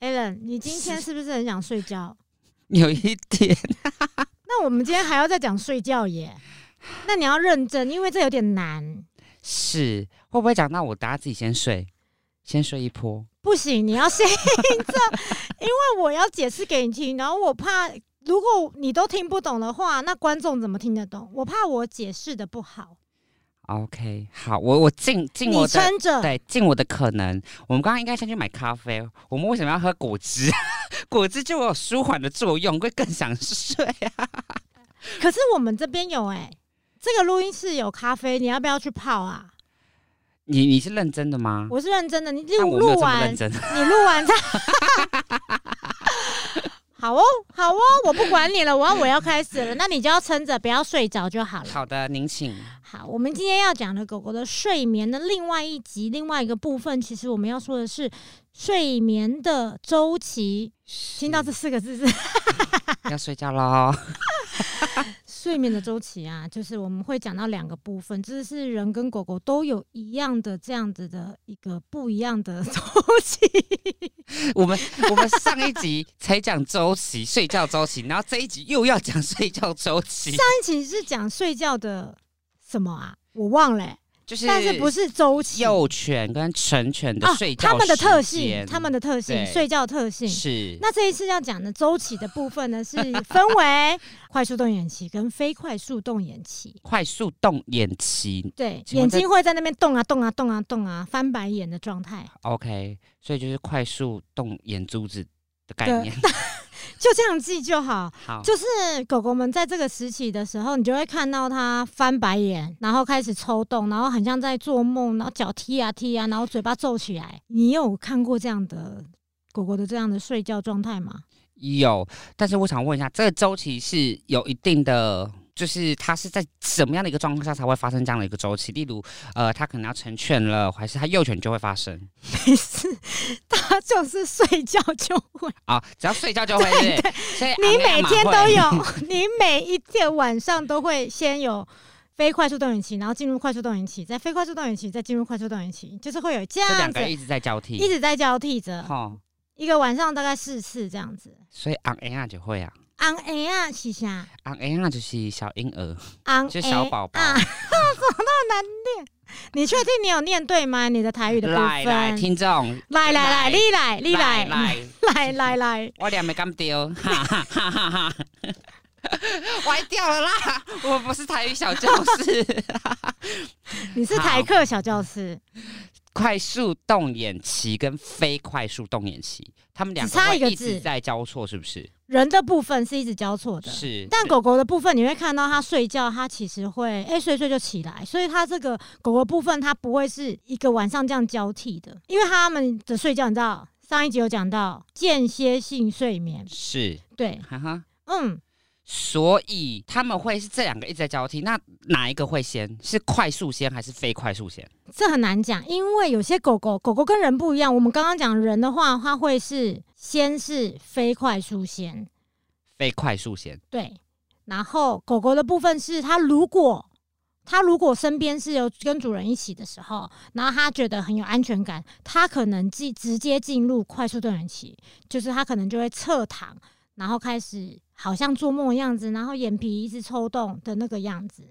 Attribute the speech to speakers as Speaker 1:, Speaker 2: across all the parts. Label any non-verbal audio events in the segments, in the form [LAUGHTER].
Speaker 1: 正，你今天是不是很想睡觉？
Speaker 2: [LAUGHS] 有一点，
Speaker 1: 那我们今天还要再讲睡觉耶？那你要认真，因为这有点难。
Speaker 2: 是会不会讲到我？等下自己先睡，先睡一波。
Speaker 1: 不行，你要先这，因为我要解释给你听，然后我怕如果你都听不懂的话，那观众怎么听得懂？我怕我解释的不好。
Speaker 2: OK，好，我我尽尽
Speaker 1: 你
Speaker 2: 我的
Speaker 1: 撑着，
Speaker 2: 对尽我的可能。我们刚刚应该先去买咖啡，哦我们为什么要喝果汁？ [LAUGHS] 果汁就有舒缓的作用，会更想睡 [LAUGHS] 啊。
Speaker 1: 可是我们这边有哎、这个录音室有咖啡，你要不要去泡啊？
Speaker 2: 你你是认真的吗？
Speaker 1: 我是认真的，你
Speaker 2: 但
Speaker 1: 录
Speaker 2: 我没
Speaker 1: 录
Speaker 2: 有这么
Speaker 1: 完
Speaker 2: 认，真。 [LAUGHS]
Speaker 1: 你录完再。 [LAUGHS] 好哦，好哦，我不管你了，我要我要开始了，那你就要撑着，不要睡着就好了。
Speaker 2: 好的，您请。
Speaker 1: 好，我们今天要讲的狗狗的睡眠的另外一集，另外一个部分，其实我们要说的是睡眠的周期。听到这四个字是
Speaker 2: 要睡觉喽。
Speaker 1: 睡眠的周期啊，就是我们会讲到两个部分，这是人跟狗狗都有一样的这样子的一个不一样的周期。
Speaker 2: [LAUGHS] 我们我们上一集才讲周期，睡觉周期，然后这一集又要讲睡觉周期，
Speaker 1: 但其实是讲睡觉的什么啊？我忘了欸、
Speaker 2: 就是
Speaker 1: 但是不是周期？
Speaker 2: 幼犬跟成犬的
Speaker 1: 啊
Speaker 2: 睡，觉、
Speaker 1: 它们的特性，它们
Speaker 2: 的
Speaker 1: 的特性，
Speaker 2: 对
Speaker 1: 睡觉特性
Speaker 2: 是
Speaker 1: 那这一次要讲的周期的部分呢，是分为 [LAUGHS] 快速动眼期跟非快速动眼期。
Speaker 2: 快速动眼期。
Speaker 1: 对，
Speaker 2: 请
Speaker 1: 眼
Speaker 2: 问这
Speaker 1: 睛会在那边动啊动啊动啊动啊，翻白眼的状态，
Speaker 2: OK，所以就是快速动眼珠子的概念。
Speaker 1: 就这样记就好。
Speaker 2: 好，
Speaker 1: 就是狗狗们在这个时期的时候，你就会看到它翻白眼，然后开始抽动，然后很像在做梦，然后脚踢啊踢啊，然后嘴巴皱起来。你有看过这样的狗狗的这样的睡觉状态吗？
Speaker 2: [LAUGHS] 有，但是我想问一下，这个周期是有一定的，就是它是在什么样的一个状况下才会发生这样的一个周期？例如，呃，它可能要成犬了，还是它幼犬就会发生
Speaker 1: 没事， [LAUGHS] 它就是睡觉就会。
Speaker 2: 啊、只要睡觉就会是不是。所以
Speaker 1: [LAUGHS] 你
Speaker 2: 阿妹
Speaker 1: 每
Speaker 2: 阿
Speaker 1: 天
Speaker 2: 妈
Speaker 1: 都
Speaker 2: 会，
Speaker 1: 有， [LAUGHS] 你每一天晚上都会先有非快速动眼期，然后进入快速动眼期，再非快速动眼期，再进入快速动眼期，就是会有这
Speaker 2: [LAUGHS] 这
Speaker 1: 样
Speaker 2: 两
Speaker 1: 子
Speaker 2: 个一直在交
Speaker 1: 一
Speaker 2: 替。
Speaker 1: 直在交替着，
Speaker 2: 哦，
Speaker 1: 一个晚上大概四次这样子。
Speaker 2: 所以昂 A 啊就会啊，
Speaker 1: 昂 A 啊，喜霞，
Speaker 2: 昂 A 啊就是小婴儿，
Speaker 1: 昂哎 A
Speaker 2: 就是小宝宝。
Speaker 1: 啊， [LAUGHS] 你确定你有念对吗？你的台语的部
Speaker 2: 来来，
Speaker 1: 分。
Speaker 2: 听众，
Speaker 1: 来来来，
Speaker 2: 来
Speaker 1: 你来，你来，
Speaker 2: 来，
Speaker 1: [LAUGHS] 来来来，
Speaker 2: 我俩没敢丢， [LAUGHS] 哈哈哈哈哈！歪掉了啦！我不是台语小教
Speaker 1: [LAUGHS]
Speaker 2: 室，
Speaker 1: 你是
Speaker 2: 好
Speaker 1: 台客小教师，
Speaker 2: 快速动眼期跟非快速动眼期，他们两
Speaker 1: 只
Speaker 2: 个
Speaker 1: 差
Speaker 2: 会
Speaker 1: 一个
Speaker 2: 一直
Speaker 1: 字
Speaker 2: 在交错，是不是？
Speaker 1: 人的部分是一直交错的，
Speaker 2: 是，
Speaker 1: 但狗狗的部分，你会看到它睡觉，它其实会哎、睡睡就起来，所以它这个狗狗部分它不会是一个晚上这样交替的，因为它们的睡觉，你知道上一集有讲到间歇性睡眠，
Speaker 2: 是，
Speaker 1: 对，
Speaker 2: 哈哈。
Speaker 1: 嗯，
Speaker 2: 所以他们会是这两个一直在交替，那哪一个会先？是快速先还是非快速先？
Speaker 1: 这很难讲，因为有些狗狗狗狗跟人不一样，我们刚刚讲人的话，它会是先是飞快速先，
Speaker 2: 非快速先，
Speaker 1: 对，然后狗狗的部分是它如果它如果身边是有跟主人一起的时候，然后它觉得很有安全感，它可能进直接进入快速动眼期，就是它可能就会侧躺，然后开始好像做梦的样子，然后眼皮一直抽动的那个样子，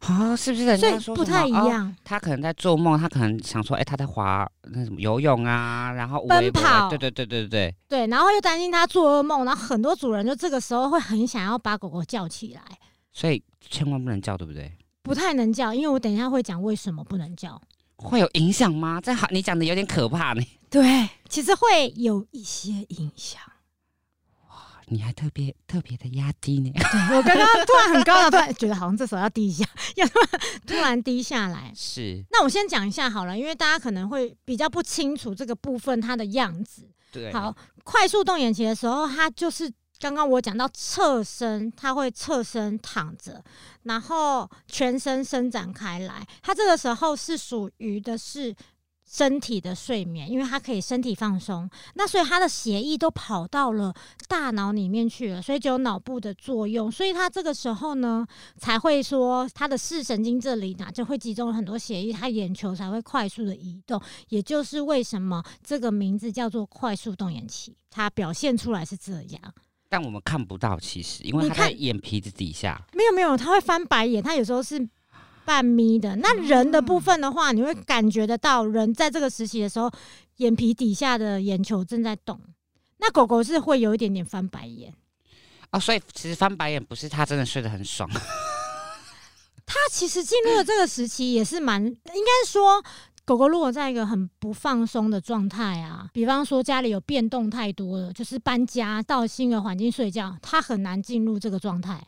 Speaker 2: 啊、是不是人
Speaker 1: 所
Speaker 2: 家
Speaker 1: 以
Speaker 2: 说
Speaker 1: 不
Speaker 2: 什么
Speaker 1: 太一
Speaker 2: 哦
Speaker 1: 样。
Speaker 2: 他可能在做梦，他可能想说，哎、他在滑那什么游泳啊，然后
Speaker 1: 奔
Speaker 2: 微博
Speaker 1: 跑
Speaker 2: 对对对对对，
Speaker 1: 对，然后又担心它做噩梦，然后很多主人就这个时候会很想要把狗狗叫起来，
Speaker 2: 所以千万不能叫，对不对？
Speaker 1: 不太能叫，因为我等一下会讲为什么不能叫。
Speaker 2: 会有影响吗？这好，你讲的有点可怕呢。
Speaker 1: 对，其实会有一些影响。
Speaker 2: [LAUGHS] 你还特别特别的压低呢，
Speaker 1: 对我刚刚突然很高了，突然觉得好像这时候要低一下，要突然突然低下来。
Speaker 2: [LAUGHS] 是
Speaker 1: 那我先讲一下好了，因为大家可能会比较不清楚这个部分它的样子。
Speaker 2: 对，
Speaker 1: 好，快速动眼期的时候，它就是刚刚我讲到侧身，它会侧身躺着，然后全身伸展开来。它这个时候是属于的是身体的睡眠，因为它可以身体放松，那所以它的血液都跑到了大脑里面去了，所以只有脑部的作用，所以它这个时候呢，才会说它的视神经这里呢就会集中很多血液，它眼球才会快速的移动，也就是为什么这个名字叫做快速动眼期，它表现出来是这样。
Speaker 2: 但我们看不到，其实因为
Speaker 1: 你
Speaker 2: 它在
Speaker 1: 看
Speaker 2: 眼皮子底下。
Speaker 1: 没有没有，他会翻白眼，他有时候是半眯的。那人的部分的话，你会感觉得到人在这个时期的时候，眼皮底下的眼球正在动。那狗狗是会有一点点翻白眼，
Speaker 2: 哦，所以其实翻白眼不是它真的睡得很爽，
Speaker 1: 它其实进入了这个时期也是蛮，应该说。狗狗如果在一个很不放松的状态啊，比方说家里有变动太多了，就是搬家到新的环境睡觉，它很难进入这个状态，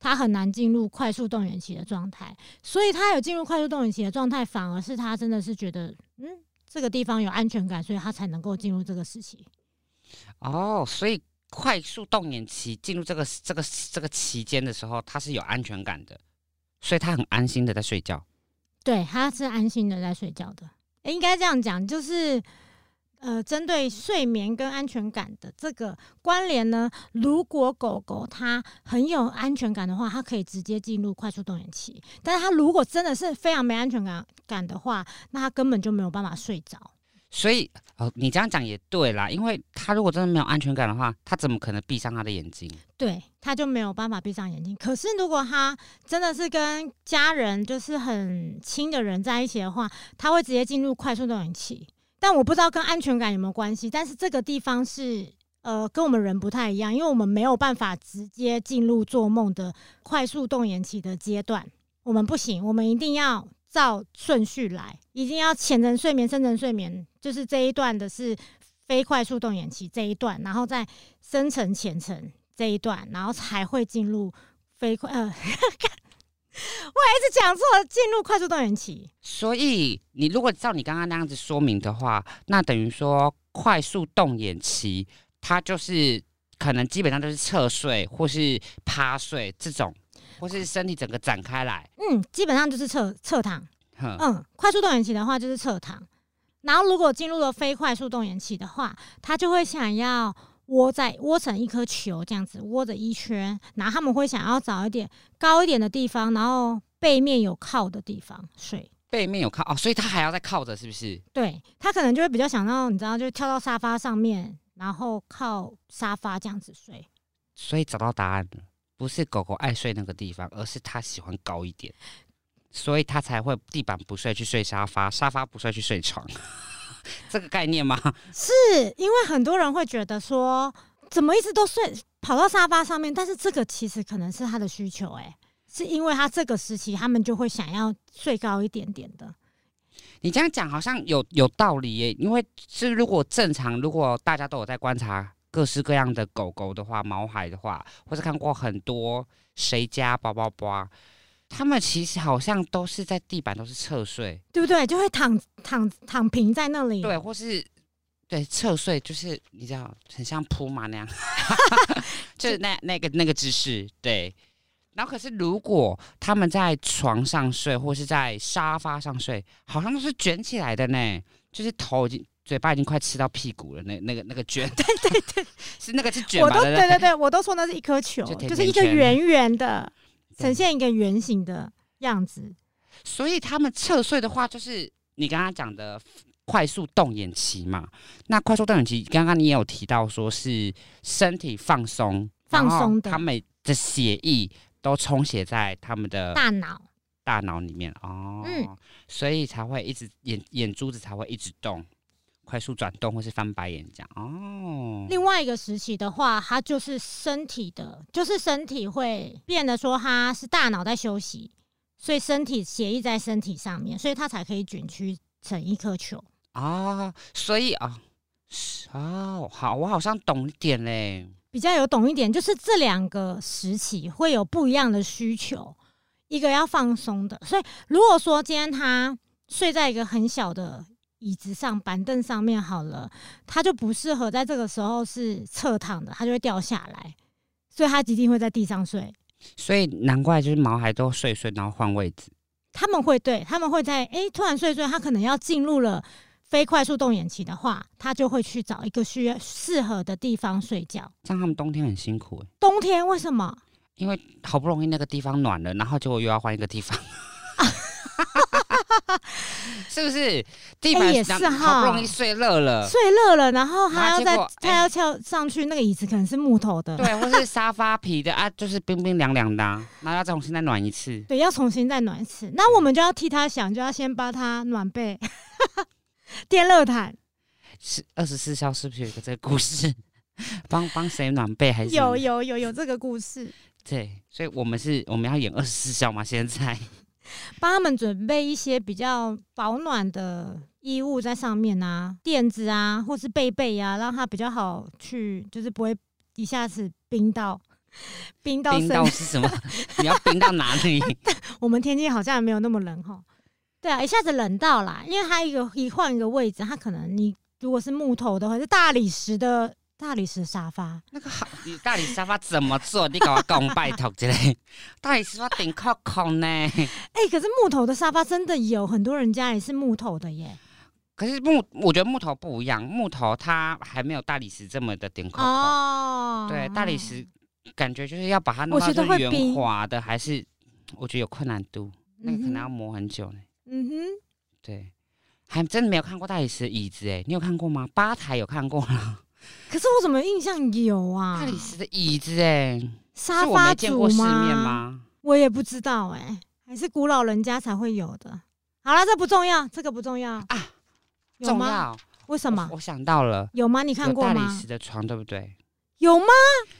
Speaker 1: 它很难进入快速动员期的状态。所以它有进入快速动员期的状态，反而是它真的是觉得，嗯，这个地方有安全感，所以它才能够进入这个时期。
Speaker 2: [LAUGHS] 哦，所以快速动眼期进入这个这个这个期间的时候，它是有安全感的，所以它很安心的在睡觉。
Speaker 1: 对，它是安心的在睡觉的。诶应该这样讲，就是呃，针对睡眠跟安全感的这个关联呢，如果狗狗它很有安全感的话，它可以直接进入快速动眼期；但是它如果真的是非常没安全感感的话，那它根本就没有办法睡着。
Speaker 2: 所以哦，你这样讲也对啦，因为它如果真的没有安全感的话，它怎么可能闭上它的眼睛？
Speaker 1: 对，他就没有办法闭上眼睛。可是如果他真的是跟家人就是很亲的人在一起的话，他会直接进入快速动眼期。但我不知道跟安全感有没有关系，但是这个地方是呃跟我们人不太一样，因为我们没有办法直接进入做梦的快速动眼期的阶段，我们不行，我们一定要照顺序来，一定要浅层睡眠、深层睡眠，就是这一段的是非快速动眼期这一段，然后再深层、浅层。这一段，然后才会进入飞快呃， [LAUGHS] 我也一直讲错了，进入快速动员期。
Speaker 2: 所以你如果照你刚刚那样子说明的话，那等于说快速动眼期，它就是可能基本上都是侧睡或是趴睡这种，或是身体整个展开来。
Speaker 1: 嗯，基本上就是侧侧躺。
Speaker 2: 哼
Speaker 1: 嗯，快速动员期的话就是侧躺，然后如果进入了非快速动员期的话，他就会想要窝在窝成一颗球这样子窝着一圈，然后他们会想要找一点高一点的地方，然后背面有靠的地方睡。
Speaker 2: 背面有靠哦，所以他还要再靠着，是不是？
Speaker 1: 对他可能就会比较想到，你知道，就跳到沙发上面，然后靠沙发这样子睡。
Speaker 2: 所以找到答案了，不是狗狗爱睡那个地方，而是它喜欢高一点，所以它才会地板不睡去睡沙发，沙发不睡去睡床， [LAUGHS] 这个概念吗？ [LAUGHS]
Speaker 1: 是因为很多人会觉得说，怎么一直都睡跑到沙发上面？但是这个其实可能是他的需求、欸，是因为他这个时期他们就会想要睡高一点点的。
Speaker 2: 你这样讲好像有有道理耶，因为是如果正常，如果大家都有在观察各式各样的狗狗的话，毛孩的话，或是看过很多谁家叭叭叭，他们其实好像都是在地板都是侧睡，
Speaker 1: 对不对？就会躺躺躺平在那里，
Speaker 2: 对，或是对侧睡，就是你知道，很像铺马 [LAUGHS] 那样，就是那那个那个姿势，对。然后可是如果他们在床上睡，或是在沙发上睡，好像都是卷起来的呢，就是头已经。嘴巴已经快吃到屁股了，那那个那个卷，对对对，是那个是卷
Speaker 1: 我
Speaker 2: 吧？
Speaker 1: 都
Speaker 2: 不
Speaker 1: 对对对，我都说那是一颗球，
Speaker 2: 就甜
Speaker 1: 就是一个
Speaker 2: 甜圈
Speaker 1: 圆圆的，
Speaker 2: 对
Speaker 1: 呈现一个圆形的样子。
Speaker 2: 所以他们侧睡的话，就是你刚刚讲的快速动眼期嘛。那快速动眼期，刚刚你也有提到说是身体放松，
Speaker 1: 放松
Speaker 2: 然后
Speaker 1: 的
Speaker 2: 他们的血液都充血在他们的
Speaker 1: 大脑
Speaker 2: 大脑里面哦，
Speaker 1: 嗯
Speaker 2: 所以才会一直眼眼珠子才会一直动，快速转动或是翻白眼这样哦。
Speaker 1: 另外一个时期的话，它就是身体的，就是身体会变得说它是大脑在休息，所以身体血液在身体上面，所以它才可以卷曲成一颗球。
Speaker 2: 啊、所以啊，是哦，好，我好像懂一点嘞。
Speaker 1: 比较有懂一点，就是这两个时期会有不一样的需求，一个要放松的，所以如果说今天他睡在一个很小的椅子上、板凳上面好了，他就不适合在这个时候是侧躺的，他就会掉下来，所以他一定会在地上睡。
Speaker 2: 所以难怪就是毛孩都睡一睡，然后换位置。
Speaker 1: 他们会对，他们会在诶突然睡一睡，他可能要进入了非快速动眼期的话，它就会去找一个需要适合的地方睡觉。
Speaker 2: 这样他们冬天很辛苦哎，
Speaker 1: 冬天为什么？
Speaker 2: 因为好不容易那个地方暖了，然后结果又要换一个地方， [LAUGHS] 是不是？地板、
Speaker 1: 哎也是哈
Speaker 2: 好不容易睡热了，
Speaker 1: 睡热了，然后还
Speaker 2: 然
Speaker 1: 要
Speaker 2: 后呃结
Speaker 1: 再
Speaker 2: 果
Speaker 1: 他
Speaker 2: 哎
Speaker 1: 要跳上去那个椅子，可能是木头的，
Speaker 2: 对，或是沙发皮的啊，就是冰冰凉凉的啊、然后要再重新再暖一次。
Speaker 1: 对，要重新再暖一次。那我们就要替他想，就要先帮他暖被、 [LAUGHS] 电热毯。
Speaker 2: 是二十四孝是不是有一个这个故事？ [LAUGHS] 帮帮谁暖被还是
Speaker 1: 有有有有这个故事，
Speaker 2: 对，所以我们是我们要演二十四孝吗？现在
Speaker 1: 帮他们准备一些比较保暖的衣物在上面啊，垫子啊，或是被被啊，让他比较好去，就是不会一下子冰到。 [LAUGHS] 冰到
Speaker 2: 冰
Speaker 1: 身
Speaker 2: 到是什么？你要冰到哪里？
Speaker 1: 我们天气好像也没有那么冷哈。对啊，一下子冷到啦，因为它一个一换一个位置，它可能你如果是木头的话，是大理石的大理石沙发， [LAUGHS]
Speaker 2: 那个好，你大理沙发怎么做？你给我讲拜托之类。大理沙发顶靠靠呢， [LAUGHS]
Speaker 1: 哎、可是木头的沙发真的有很多人家也是木头的耶。
Speaker 2: 可是木，我觉得木头不一样，木头它还没有大理石这么的顶靠靠。
Speaker 1: 哦，
Speaker 2: 对，大理石感觉就是要把它弄
Speaker 1: 我
Speaker 2: 到
Speaker 1: 觉得
Speaker 2: 就是
Speaker 1: 会
Speaker 2: 圆
Speaker 1: 冰
Speaker 2: 滑的，还是我觉得有困难度，那个可能要
Speaker 1: 嗯哼，
Speaker 2: 磨很久呢。
Speaker 1: 嗯哼，
Speaker 2: 对，还真的没有看过大理石的椅子哎，你有看过吗？吧台有看过啦，
Speaker 1: 可是我怎么印象有啊？
Speaker 2: 大理石的椅子哎，
Speaker 1: 沙
Speaker 2: 是我没
Speaker 1: 发
Speaker 2: 见
Speaker 1: 主
Speaker 2: 过世面？吗？
Speaker 1: 我也不知道哎、还是古老人家才会有的。好了，这不重要，这个不重要啊。有
Speaker 2: 重
Speaker 1: 吗？
Speaker 2: 要
Speaker 1: 为什么
Speaker 2: 我？？我想到了，
Speaker 1: 有吗？你看
Speaker 2: 有
Speaker 1: 过
Speaker 2: 大理
Speaker 1: 吗
Speaker 2: 石？的床对不对？
Speaker 1: 有吗？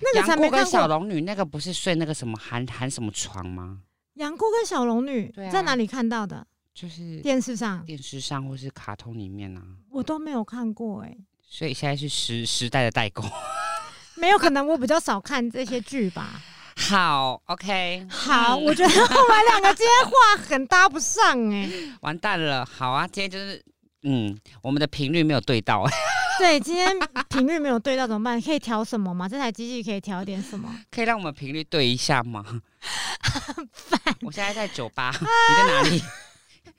Speaker 1: 那个才
Speaker 2: 杨
Speaker 1: 没
Speaker 2: 过
Speaker 1: 看
Speaker 2: 跟小
Speaker 1: 过。
Speaker 2: 龙女那个不是睡那个什么韩韩什么床吗？
Speaker 1: 杨过跟小龙女
Speaker 2: 对啊
Speaker 1: 在哪里看到的？
Speaker 2: 就是
Speaker 1: 电视上
Speaker 2: 电视上或是卡通里面啊。
Speaker 1: 我都没有看过哎、
Speaker 2: 所以现在是时时代的代沟。 [LAUGHS]
Speaker 1: 没有可能我比较少看这些剧
Speaker 2: [LAUGHS]
Speaker 1: 吧。
Speaker 2: 好，OK，
Speaker 1: 好，
Speaker 2: 嗯
Speaker 1: 我觉得我们两个今天话很搭不上哎、
Speaker 2: 嗯完蛋了。好啊，今天就是嗯，我们的频率没有对到，欸
Speaker 1: [LAUGHS] 对，今天频率没有对到怎么办？可以调什么吗？这台机器可以调点什么？
Speaker 2: [LAUGHS] 可以让我们频率对一下吗？
Speaker 1: [LAUGHS]
Speaker 2: 我现在在酒吧，你在哪里？
Speaker 1: 啊
Speaker 2: [LAUGHS]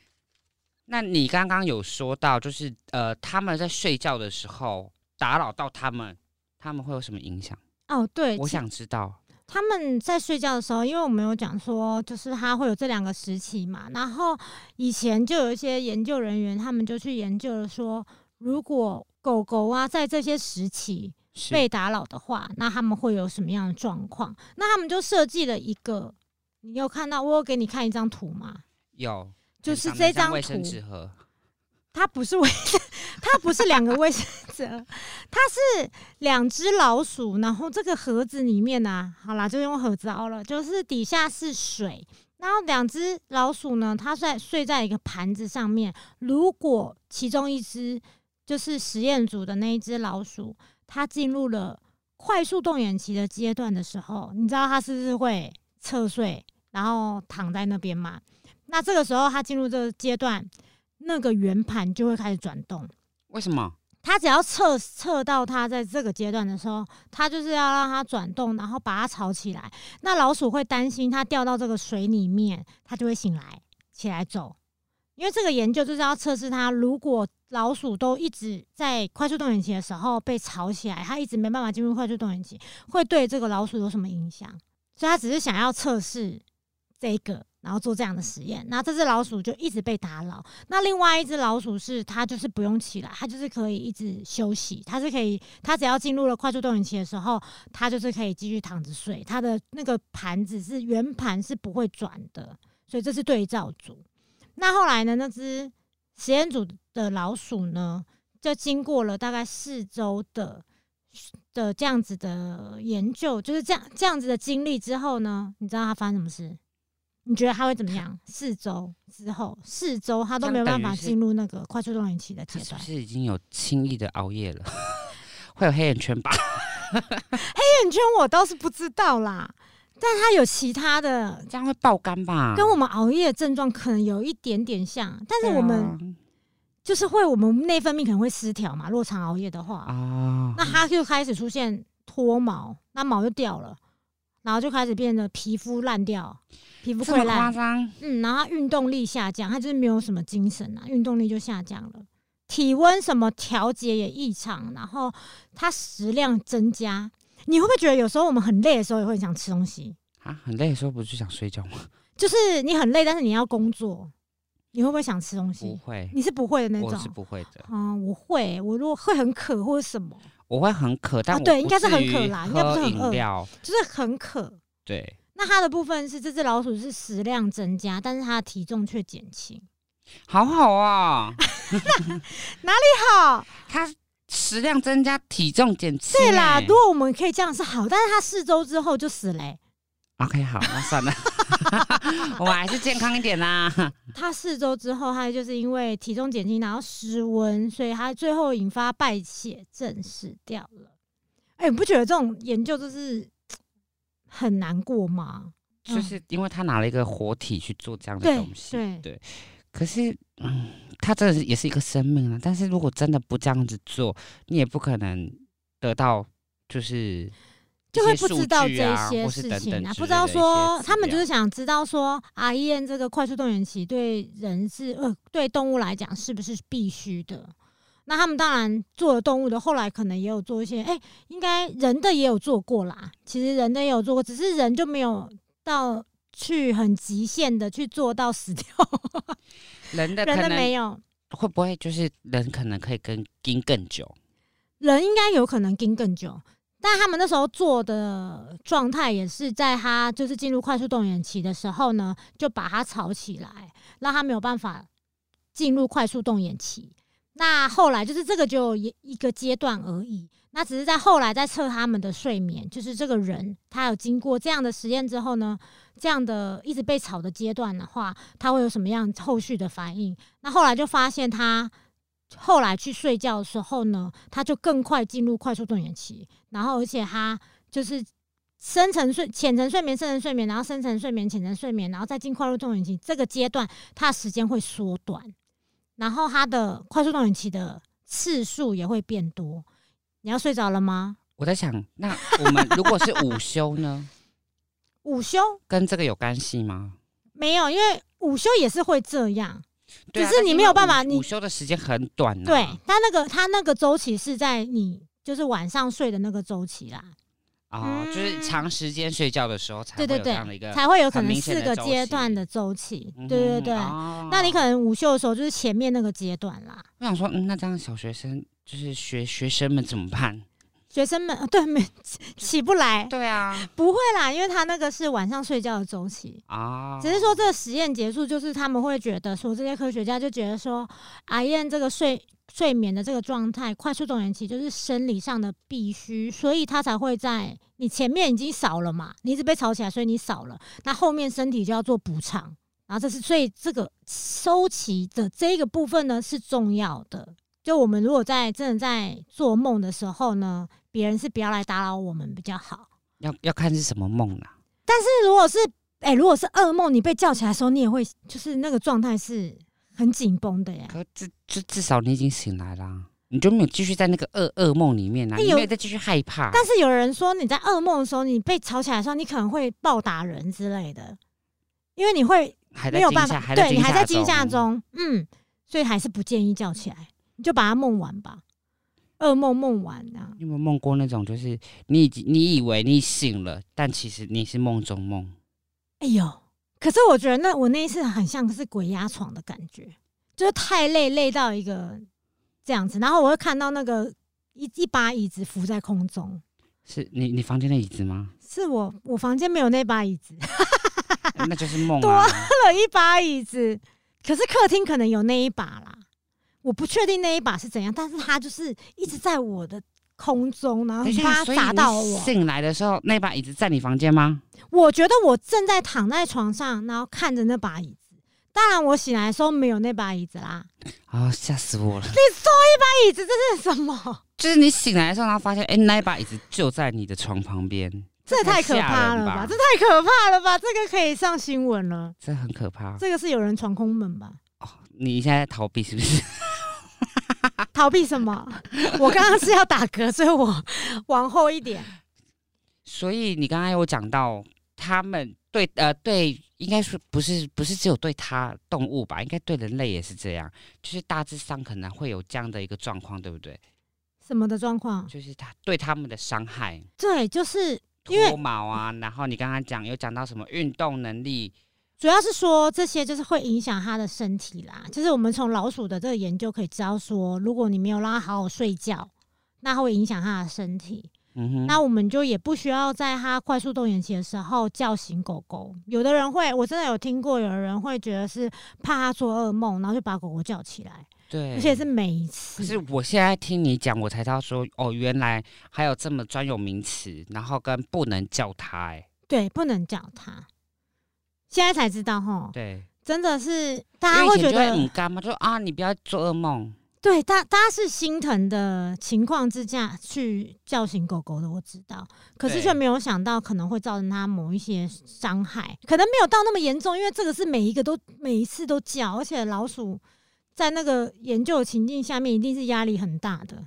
Speaker 2: 那你刚刚有说到，就是呃，他们在睡觉的时候打扰到他们，他们会有什么影响？
Speaker 1: 哦，对，
Speaker 2: 我想知道。
Speaker 1: 他们在睡觉的时候，因为我们有讲说，就是它会有这两个时期嘛。然后以前就有一些研究人员，他们就去研究了说，如果狗狗啊在这些时期
Speaker 2: 是
Speaker 1: 被打扰的话，那他们会有什么样的状况？那他们就设计了一个，你有看到我有给你看一张图吗？
Speaker 2: 有，
Speaker 1: 就
Speaker 2: 很
Speaker 1: 是
Speaker 2: 长
Speaker 1: 这
Speaker 2: 一
Speaker 1: 张
Speaker 2: 卫
Speaker 1: 图
Speaker 2: 生纸盒，
Speaker 1: 它不 [LAUGHS] 是卫生，它不是两个卫生纸，它是两只老鼠。然后这个盒子里面呢、好啦，就用盒子凹了，就是底下是水，然后两只老鼠呢，它在睡在一个盘子上面。如果其中一只就是实验组的那一只老鼠，它进入了快速动眼期的阶段的时候，你知道它是不是会侧睡，然后躺在那边嘛？那这个时候它进入这个阶段，那个圆盘就会开始转动。
Speaker 2: 为
Speaker 1: [LAUGHS]
Speaker 2: 什么？
Speaker 1: 它只要测测到它在这个阶段的时候，它就是要让它转动，然后把它炒起来。那老鼠会担心它掉到这个水里面，它就会醒来起来走。因为这个研究就是要测试它，如果老鼠都一直在快速动眼期的时候被吵起来，它一直没办法进入快速动眼期，会对这个老鼠有什么影响？所以它只是想要测试这个，然后做这样的实验。那这只老鼠就一直被打扰，那另外一只老鼠是它就是不用起来，它就是可以一直休息，它是可以，它只要进入了快速动眼期的时候，它就是可以继续躺着睡，它的那个盘子是圆盘是不会转的，所以这是对照组。那后来呢，那只实验组的老鼠呢，就经过了大概四周的的这样子的研究，就是这样这样子的经历之后呢，你知道它发生什么事？你觉得它会怎么样？四周之后，四周它都没有办法进入那个快速动眼期的
Speaker 2: 他
Speaker 1: 阶
Speaker 2: 是
Speaker 1: 段
Speaker 2: 不。是已经有轻易的熬夜了？ [LAUGHS] 会有黑眼圈吧？
Speaker 1: 眼圈我倒是不知道啦，但它有其他的，
Speaker 2: 这样会爆肝吧？
Speaker 1: 跟我们熬夜的症状可能有一点点像，但
Speaker 2: 对
Speaker 1: 是我们
Speaker 2: 啊
Speaker 1: 就是会我们内分泌可能会失调嘛，如果常熬夜的话，
Speaker 2: 啊，
Speaker 1: 那它就开始出现脱毛，那毛就掉了，然后就开始变得皮肤烂掉，皮肤
Speaker 2: 这
Speaker 1: 溃
Speaker 2: 么夸
Speaker 1: 烂，
Speaker 2: 张？
Speaker 1: 嗯，然后它运动力下降，它就是没有什么精神啊，运动力就下降了。体温什么调节也异常，然后它食量增加。你会不会觉得有时候我们很累的时候也会很想吃东西？
Speaker 2: 啊，很累的时候不是就想睡觉吗？
Speaker 1: 就是你很累，但是你要工作，你会不会想吃东
Speaker 2: 不
Speaker 1: 西？
Speaker 2: 会，
Speaker 1: 你是不会的那
Speaker 2: 我
Speaker 1: 种
Speaker 2: 是。不会的，
Speaker 1: 嗯，我会，我如果会很渴或者什么，
Speaker 2: 我会很渴，但
Speaker 1: 啊
Speaker 2: 我
Speaker 1: 对
Speaker 2: 不
Speaker 1: 应该是
Speaker 2: 至
Speaker 1: 很渴
Speaker 2: 于
Speaker 1: 啦应该不
Speaker 2: 喝
Speaker 1: 是很饿
Speaker 2: 饮料，
Speaker 1: 就是很渴。
Speaker 2: 对。
Speaker 1: 那它的部分是这只老鼠是食量增加，但是它的体重却减轻。
Speaker 2: 好好啊、
Speaker 1: 好，
Speaker 2: 它食量增加，体重减
Speaker 1: 哦
Speaker 2: 轻、
Speaker 1: 对啦，
Speaker 2: 欸
Speaker 1: 如果我们可以这样是好，但是它四周之后就死嘞、
Speaker 2: OK，好，那算了， [LAUGHS] 我还是健康一点啦。
Speaker 1: 他四周之后，他就是因为体重减轻，然后失温，所以他最后引发败血症死掉了。哎、你不觉得这种研究就是很难过吗？嗯
Speaker 2: 就是因为他拿了一个活体去做这样的东西，
Speaker 1: 对对
Speaker 2: 可是，嗯，他真的是也是一个生命啊。但是如果真的不这样子做，你也不可能得到就是一
Speaker 1: 就会不
Speaker 2: 些数
Speaker 1: 知道
Speaker 2: 据
Speaker 1: 这
Speaker 2: 啊
Speaker 1: 些
Speaker 2: 或是
Speaker 1: 事
Speaker 2: 等
Speaker 1: 情
Speaker 2: 等
Speaker 1: 啊，
Speaker 2: 之
Speaker 1: 不知
Speaker 2: 类
Speaker 1: 道
Speaker 2: 的一些
Speaker 1: 说
Speaker 2: 资
Speaker 1: 他们就
Speaker 2: 料
Speaker 1: 是想知道说 REM 这个快速动员期对人是呃对动物来讲是不是必须的？那他们当然做了动物的，后来可能也有做一些，哎、应该人的也有做过啦。其实人的也有做过，只是人就没有到去很极限的去做到死掉，
Speaker 2: 人的
Speaker 1: 人
Speaker 2: 可
Speaker 1: 的没
Speaker 2: 能
Speaker 1: 有，
Speaker 2: 会不会就是人可能可以跟盯更久，
Speaker 1: 人应该有可能盯更久。但他们那时候做的状态也是在他就是进入快速动眼期的时候呢，就把它吵起来，让他没有办法进入快速动眼期。那后来就是这个就一一个阶段而已，那只是在后来在测他们的睡眠，就是这个人他有经过这样的实验之后呢，这样的一直被吵的阶段的话，他会有什么样后续的反应？那后来就发现他后来去睡觉的时候呢，他就更快进入快速动眼期，然后而且他就是深层睡、浅层睡眠、深层睡眠，然后深层睡眠、浅层睡眠，然后再进快速动眼期这个阶段，他的时间会缩短，然后他的快速动眼期的次数也会变多。你要睡着了吗？
Speaker 2: 我在想，那我们如果是
Speaker 1: [LAUGHS]
Speaker 2: 午休呢，
Speaker 1: 午休
Speaker 2: 跟这个有干系吗？
Speaker 1: 没有，因为午休也是会这样。
Speaker 2: 对啊
Speaker 1: 只是
Speaker 2: 但
Speaker 1: 你
Speaker 2: 因
Speaker 1: 没
Speaker 2: 为
Speaker 1: 有办
Speaker 2: 午
Speaker 1: 法你
Speaker 2: 午休的时间很短、啊，
Speaker 1: 对，它那个它那个周期是在你就是晚上睡的那个周期啦。
Speaker 2: 啊、就是
Speaker 1: 嗯
Speaker 2: 长时间睡觉的时候才
Speaker 1: 对
Speaker 2: 会
Speaker 1: 对
Speaker 2: 有这
Speaker 1: 对
Speaker 2: 样的一个，，
Speaker 1: 才会有可
Speaker 2: 很
Speaker 1: 能
Speaker 2: 明显
Speaker 1: 四
Speaker 2: 的
Speaker 1: 个
Speaker 2: 周
Speaker 1: 阶
Speaker 2: 期
Speaker 1: 段的周期。
Speaker 2: 嗯
Speaker 1: 对对
Speaker 2: 哼
Speaker 1: 对，
Speaker 2: 哦
Speaker 1: 那你可能午休的时候就是前面那个阶段啦。
Speaker 2: 我想说，嗯，那这样小学生就是学学生们怎么办？
Speaker 1: 学生们呃对没 [LAUGHS] 起不来，
Speaker 2: 对啊，
Speaker 1: 不会啦，因为他那个是晚上睡觉的周期。
Speaker 2: 啊，
Speaker 1: 只是说这个实验结束，就是他们会觉得说，这些科学家就觉得说，阿燕这个睡睡眠的这个状态，快速动眼期就是生理上的必须，所以他才会在你前面已经少了嘛，你一直被吵起来，所以你少了，那后面身体就要做补偿。然后这是所以这个收集的这个部分呢是重要的。就我们如果在真的在做梦的时候呢，别人是不要来打扰我们比较好。
Speaker 2: 要要看是什么梦啦、
Speaker 1: 如果是哎、如果是噩梦，你被叫起来的时候，你也会就是那个状态是很紧绷的耶。
Speaker 2: 可至至至少你已经醒来啦，你就没有继续在那个噩噩梦里面啦，
Speaker 1: 哎
Speaker 2: 你
Speaker 1: 有
Speaker 2: 没有再继续害怕。
Speaker 1: 但是有人说你在噩梦的时候，你被吵起来的时候，你可能会暴打人之类的，因为你会
Speaker 2: 还在
Speaker 1: 没有
Speaker 2: 惊
Speaker 1: 办法，
Speaker 2: 吓，还
Speaker 1: 对你还在
Speaker 2: 在
Speaker 1: 惊吓。中，嗯，所以还是不建议叫起来，你就把它梦完吧，噩梦梦完啊。
Speaker 2: 你有没有梦过那种，就是你已经你以为你醒了，但其实你是梦中梦？
Speaker 1: 哎呦，可是我觉得那我那一次很像是鬼压床的感觉，就是太累，累到一个这样子，然后我会看到那个一一把椅子浮在空中。
Speaker 2: 是你你房间的椅
Speaker 1: [LAUGHS]
Speaker 2: 子吗？
Speaker 1: 是我，我房间没有那把椅子， [LAUGHS]
Speaker 2: 那就是梦
Speaker 1: 多
Speaker 2: 啊！
Speaker 1: 了一把椅子，可是客厅可能有那一把啦，我不确定那一把是怎样，但是它就是一直在我的空中，然后
Speaker 2: 等一
Speaker 1: [LAUGHS] 很
Speaker 2: 下，
Speaker 1: 怕
Speaker 2: 所
Speaker 1: 它
Speaker 2: 以
Speaker 1: 砸到
Speaker 2: 你
Speaker 1: 我。
Speaker 2: 醒来的时候，那把椅子在你房间吗？
Speaker 1: 我觉得我正在躺在床上，然后看着那把椅子。当然，我醒来的时候没有那把椅子啦。
Speaker 2: 啊、吓死我了！
Speaker 1: 那椅子这是什么？
Speaker 2: 就是你醒来的时候，然后发现，哎、那一把椅子就在你的床旁边，
Speaker 1: 这也太可怕
Speaker 2: 吓
Speaker 1: 了
Speaker 2: 人
Speaker 1: 吧！
Speaker 2: 吧
Speaker 1: 这太可怕了吧！这个可以上新闻了。
Speaker 2: 这很可怕。哦
Speaker 1: 这个是有人闯空门吧？
Speaker 2: 你现在在逃避是不是？ [LAUGHS]
Speaker 1: 逃避什么？我刚刚是要打嗝，所以我往后一点。
Speaker 2: 所以你刚刚有讲到，他们对呃对应该说不是不是只有对它动物吧，应该对人类也是这样，就是大致上可能会有这样的一个状况，对不对？
Speaker 1: 什么的状况？
Speaker 2: 就是它对它们的伤害，
Speaker 1: 对，就是因为
Speaker 2: 脱毛啊，然后你刚刚讲有讲到什么运动能力，
Speaker 1: 主要是说这些就是会影响它的身体啦。就是我们从老鼠的这个研究可以知道说，如果你没有让它好好睡觉，那它会影响它的身体。
Speaker 2: 嗯哼，
Speaker 1: 那我们就也不需要在它快速动眼期的时候叫醒狗狗。有的人会，我真的有听过，有的人会觉得是怕它做噩梦，然后就把狗狗叫起来，
Speaker 2: 对，
Speaker 1: 而且是每一
Speaker 2: 可
Speaker 1: 次。
Speaker 2: 是我现在听你讲，我才知道说，哦，原来还有这么专有名词，然后跟不能叫它、哎，
Speaker 1: 对，不能叫它。现在才知道吼，
Speaker 2: 对，
Speaker 1: 真的是
Speaker 2: 因
Speaker 1: 大家
Speaker 2: 为
Speaker 1: 会
Speaker 2: 以
Speaker 1: 觉
Speaker 2: 前就会
Speaker 1: 得
Speaker 2: 很干嘛，就说啊，你不要做噩梦，
Speaker 1: 对，大大家是心疼的情况之下去叫醒狗狗的，我知道，可是
Speaker 2: 对
Speaker 1: 却没有想到可能会造成它某一些伤害，可能没有到那么严重，因为这个是每一个都每一次都叫，而且老鼠在那个研究的情境下面一定是压力很大的，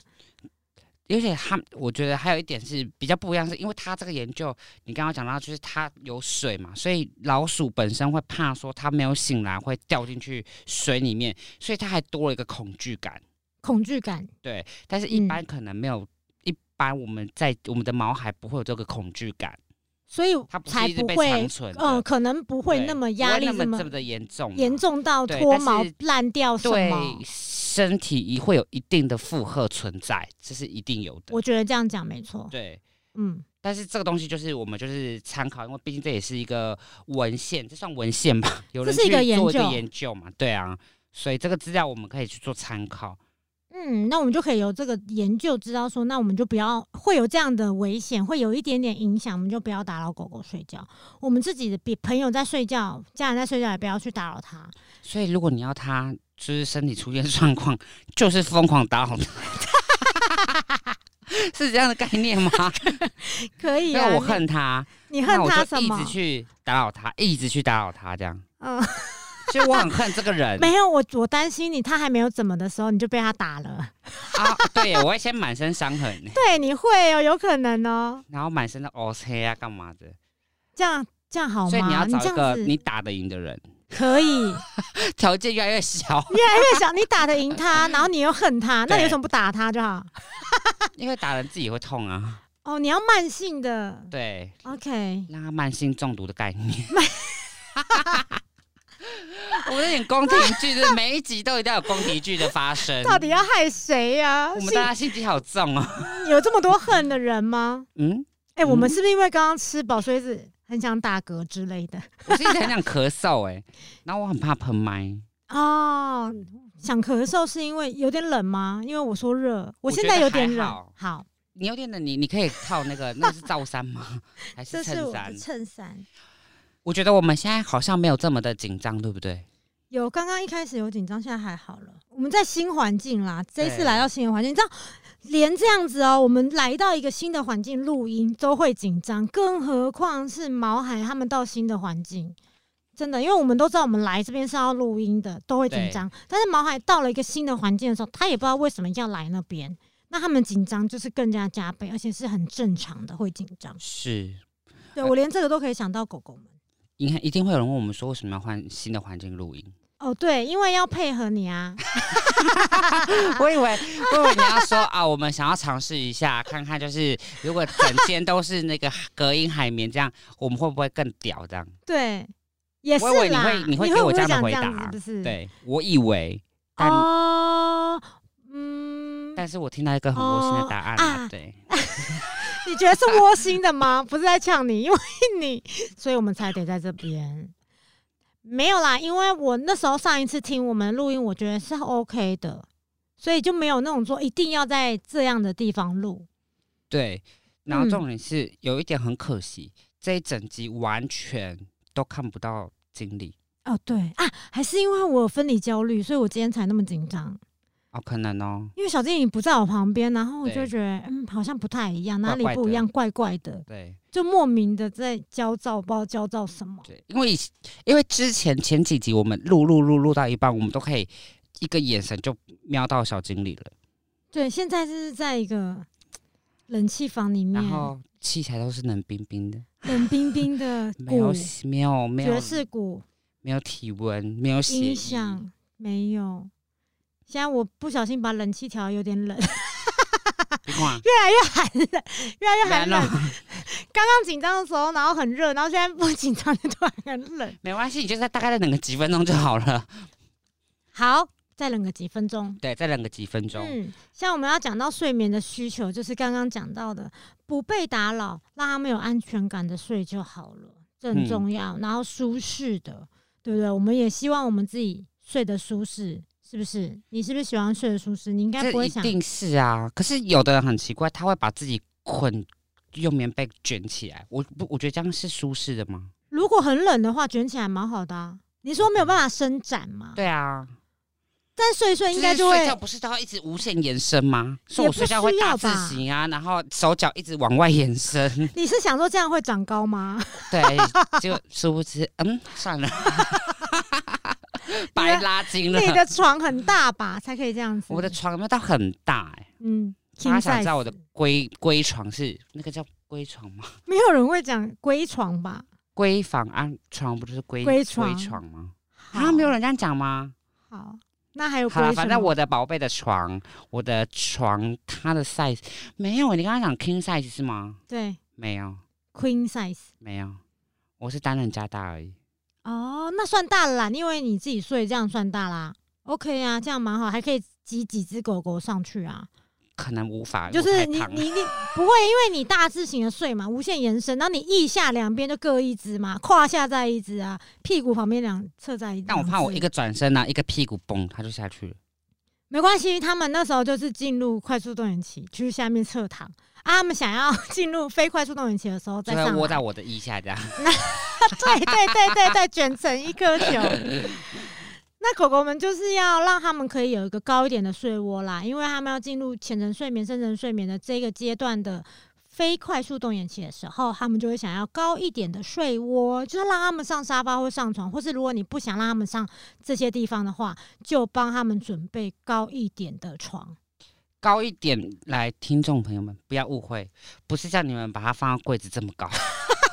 Speaker 2: 而且他，我觉得还有一点是比较不一样，是因为他这个研究，你刚刚讲到，就是它有水嘛，所以老鼠本身会怕说它没有醒来会掉进去水里面，所以它还多了一个恐惧感。
Speaker 1: 恐惧感。
Speaker 2: 对，但是一
Speaker 1: 嗯
Speaker 2: 般可能没有，一般我们在我们的毛孩不会有这个恐惧感，
Speaker 1: 所以
Speaker 2: 它不
Speaker 1: 才
Speaker 2: 是一直
Speaker 1: 不
Speaker 2: 被
Speaker 1: 会
Speaker 2: 长，存的。
Speaker 1: 嗯、可能不会
Speaker 2: 对
Speaker 1: 那么
Speaker 2: 不
Speaker 1: 压
Speaker 2: 会
Speaker 1: 力
Speaker 2: 那么
Speaker 1: 么
Speaker 2: 这么的严重嘛，
Speaker 1: 严重到
Speaker 2: 对
Speaker 1: 脱
Speaker 2: 但
Speaker 1: 毛
Speaker 2: 是
Speaker 1: 烂掉什
Speaker 2: 对
Speaker 1: 么。
Speaker 2: 身体一会有一定的负荷存在，这是一定有的。
Speaker 1: 我觉得这样讲没错，
Speaker 2: 对，
Speaker 1: 嗯，
Speaker 2: 但是这个东西就是我们就是参考，因为毕竟这也是一个文献，这算文献
Speaker 1: [LAUGHS]
Speaker 2: 吧？有人
Speaker 1: 是一个
Speaker 2: 去
Speaker 1: 研
Speaker 2: 做一
Speaker 1: 究
Speaker 2: 个研究嘛？对啊，所以这个资料我们可以去做参考。
Speaker 1: 嗯，那我们就可以由这个研究知道说，那我们就不要会有这样的危险，会有一点点影响，我们就不要打扰狗狗睡觉。我们自己的比朋友在睡觉，家人在睡觉，也不要去打扰它。
Speaker 2: 所以如果你要他就是身体出现状况，就是疯狂打扰他。
Speaker 1: [LAUGHS]
Speaker 2: 是这样的概念吗？
Speaker 1: 可以
Speaker 2: 因
Speaker 1: 啊，
Speaker 2: 为我
Speaker 1: 你
Speaker 2: 恨他，
Speaker 1: 你
Speaker 2: 那
Speaker 1: 恨
Speaker 2: 我
Speaker 1: 它
Speaker 2: 就
Speaker 1: 什
Speaker 2: 一
Speaker 1: 么
Speaker 2: 直？去打扰他，一直去打扰他，这样。
Speaker 1: 嗯，
Speaker 2: [LAUGHS] 所以我很恨这个人。
Speaker 1: 没有，我我担心你，它还没有怎么的时候，你就被它打了。 [LAUGHS]
Speaker 2: 啊，对耶，我会先满身伤痕，
Speaker 1: 对，你会哦，有可能哦。
Speaker 2: 然后满身的 O C 啊，干嘛的？
Speaker 1: 这样这样好吗？
Speaker 2: 所以你要找
Speaker 1: 这
Speaker 2: 一
Speaker 1: 样
Speaker 2: 个
Speaker 1: 子
Speaker 2: 你打得赢的人， [LAUGHS]
Speaker 1: 可以
Speaker 2: 条件越来越小， [LAUGHS]
Speaker 1: 越想你打得赢它，然后你又恨它，那你
Speaker 2: 对
Speaker 1: 为什么不打它就好？
Speaker 2: 因为打人自己会痛啊。
Speaker 1: 哦，你要慢性的
Speaker 2: 对，
Speaker 1: ，OK。
Speaker 2: 让他慢性中毒的
Speaker 1: [LAUGHS]
Speaker 2: 概念。我们有点宫廷剧，就是每一集都一定要有宫廷剧的发生。
Speaker 1: 到底要害谁呀、
Speaker 2: 我们
Speaker 1: 心
Speaker 2: 大家心机好重哦。
Speaker 1: 有这么多恨的人吗？
Speaker 2: [LAUGHS] 嗯，
Speaker 1: 哎、我们
Speaker 2: 嗯
Speaker 1: 是不是因为刚刚吃饱，所以是很想打嗝之类的？
Speaker 2: 我是一直很想咳嗽哎，然后我很怕喷麦。
Speaker 1: 哦，想咳嗽是因为有点冷吗？因为我说热，我现在有点冷
Speaker 2: 我觉得还好。
Speaker 1: 好，
Speaker 2: 你有点冷，你你可以套那个，那是罩衫 [LAUGHS] 吗？还
Speaker 1: 这
Speaker 2: 是
Speaker 1: 是
Speaker 2: 衬
Speaker 1: 我
Speaker 2: 衫
Speaker 1: 的？衬衫。
Speaker 2: 我觉得我们现在好像没有这么的紧张，对不对？
Speaker 1: 有刚刚一开始有紧张，现在还好了。我们在新环境啦，这一次
Speaker 2: 对
Speaker 1: 来到新的环境，你知道，连这样子哦，我们来到一个新的环境录音都会紧张，更何况是毛孩他们到新的环境。真的，因为我们都知道我们来这边是要录音的，都会紧张。但是毛孩到了一个新的环境的时候，他也不知道为什么要来那边，那他们紧张就是更加加倍，而且是很正常的会紧张。
Speaker 2: 是，
Speaker 1: 对我连这个都可以想到狗狗们。
Speaker 2: 你看一定会有人问我们说，为什么要换新的环境录音？
Speaker 1: 哦，对，因为要配合你啊，
Speaker 2: [LAUGHS] 我以为，我以为你要说啊，我们想要尝试一下，看看就是如果整间都是那个隔音海绵，这样我们会不会更屌？这样，
Speaker 1: 对，也是
Speaker 2: 我以为你
Speaker 1: 啦。
Speaker 2: 会你会
Speaker 1: 会
Speaker 2: 给我
Speaker 1: 不
Speaker 2: 这样的
Speaker 1: 讲
Speaker 2: 回
Speaker 1: 样
Speaker 2: 答啊
Speaker 1: 子不是？，
Speaker 2: 对我以为，但、
Speaker 1: 哦，嗯，
Speaker 2: 但是我听到一个很窝心的答案
Speaker 1: 哦
Speaker 2: 啊，
Speaker 1: 啊
Speaker 2: 对，
Speaker 1: 你觉得是窝心的吗？不是在呛你，因为你， [LAUGHS] 所以我们才得在这边。没有啦，因为我那时候上一次听我们录音，我觉得是 OK 的，所以就没有那种说一定要在这样的地方录。
Speaker 2: 对，然后
Speaker 1: 嗯
Speaker 2: 重点是、有一点很可惜，这一整集完全都看不到经理
Speaker 1: 哦，对啊，还是因为我有分离焦虑，所以我今天才那么紧张。
Speaker 2: 哦，可能哦，
Speaker 1: 因为小经理不在我旁边，然后我就
Speaker 2: 对
Speaker 1: 觉得，嗯，好像不太一样，哪里
Speaker 2: 怪怪
Speaker 1: 不一
Speaker 2: 的
Speaker 1: 样，怪怪的，
Speaker 2: 对。
Speaker 1: 就莫名的在焦躁，不知道焦躁什么。
Speaker 2: 对，因为以前因为之前前几集我们录录录录到一半，我们都可以一个眼神就瞄到小经理了。
Speaker 1: 对，现在就是在一个冷气房里面
Speaker 2: 然，后器材都是冷冰冰的，
Speaker 1: 冷冰冰的
Speaker 2: [LAUGHS] 没有
Speaker 1: 鼓，
Speaker 2: 没有没有
Speaker 1: 爵士鼓
Speaker 2: 没有体温，没有血
Speaker 1: 音
Speaker 2: 液，
Speaker 1: 响没有。现在我不小心把冷气调有点冷， [LAUGHS]
Speaker 2: 你看
Speaker 1: 寒冷，越来越寒冷。刚刚紧张的时候，然后很热，然后现在不紧张就突然很冷。
Speaker 2: 没关系，你就在大概再等个几分钟就好了。
Speaker 1: 好，再冷个几分钟。
Speaker 2: 对，再等个几分钟。
Speaker 1: 嗯，像我们要讲到睡眠的需求，就是刚刚讲到的，不被打扰，让他们有安全感的睡就好了，这很
Speaker 2: 嗯
Speaker 1: 重要。然后舒适的，对不对？我们也希望我们自己睡得舒适，是不是？你是不是喜欢睡得舒适？你应该不
Speaker 2: 这
Speaker 1: 会
Speaker 2: 一
Speaker 1: 想，
Speaker 2: 定是啊。可是有的人很奇怪，他会把自己捆用棉被卷起来。我不，我觉得这样是舒适的吗？
Speaker 1: 如果很冷的话，卷起来蛮好的、啊。你说没有办法伸展嘛？
Speaker 2: 对啊，
Speaker 1: 但睡一睡应该
Speaker 2: 就是
Speaker 1: 就会
Speaker 2: 睡觉不是都要一直无限延伸吗？所以
Speaker 1: 也
Speaker 2: 我
Speaker 1: 不
Speaker 2: 睡觉会
Speaker 1: 需要
Speaker 2: 大
Speaker 1: 吧
Speaker 2: 字形啊，然后手脚一直往外延伸。 [LAUGHS]
Speaker 1: 你是想说这样会长高吗？
Speaker 2: 对，就殊不知，嗯，算
Speaker 1: [LAUGHS]
Speaker 2: 了，白拉筋了
Speaker 1: 你。的床很大吧，才可以这样子。
Speaker 2: 我的床有没有到很大哎、
Speaker 1: 嗯，
Speaker 2: 大家
Speaker 1: king
Speaker 2: 想知道我的
Speaker 1: size
Speaker 2: 龟龟床是那个叫龟床吗？
Speaker 1: 没有人会讲龟床吧？
Speaker 2: 闺房啊，床不就是闺
Speaker 1: 闺
Speaker 2: 床
Speaker 1: 床
Speaker 2: 床吗？
Speaker 1: 好
Speaker 2: 啊，没有人这样讲吗？
Speaker 1: 好，那还有
Speaker 2: 好了，
Speaker 1: 龟
Speaker 2: 反
Speaker 1: 什
Speaker 2: 正
Speaker 1: 么
Speaker 2: 我的宝贝的床，我的床它的 size 没有，你刚刚讲 king size 是吗？
Speaker 1: 对
Speaker 2: 没有，
Speaker 1: queen size
Speaker 2: 没有，我是单人加大而已。
Speaker 1: 哦，那算大了啦，因为你自己睡这样算大啦。OK 啊，这样蛮好，还可以挤几只狗狗上去啊。
Speaker 2: 可能无法，
Speaker 1: 就
Speaker 2: 哎我
Speaker 1: 是
Speaker 2: 太
Speaker 1: 你
Speaker 2: 胖了
Speaker 1: 你你不会，因为你大字型的睡嘛，无限延伸，然后你腋下两边就各一只嘛，胯下再一只啊，屁股旁边两侧再一只。
Speaker 2: 但我怕我一
Speaker 1: 两只
Speaker 2: 个转身呢、啊，一个屁股嘣，它就下去了。
Speaker 1: 没关系，他们那时候就是进入快速动眼期，去下面侧躺啊。他们想要进入非快速动眼期的时候再
Speaker 2: 就
Speaker 1: 上
Speaker 2: 会
Speaker 1: 来。
Speaker 2: 窝在我的腋下这样。 [LAUGHS]
Speaker 1: [LAUGHS] 对对对对对，卷成一颗球。 [LAUGHS] 那狗狗们就是要让他们可以有一个高一点的睡窝啦，因为他们要进入浅层睡眠、深层睡眠的这个阶段的非快速动眼期的时候，他们就会想要高一点的睡窝，就是让他们上沙发或上床，或是如果你不想让他们上这些地方的话，就帮他们准备高一点的床。
Speaker 2: 高一点来，听众朋友们不要误会，不是叫你们把它放到柜子这么高，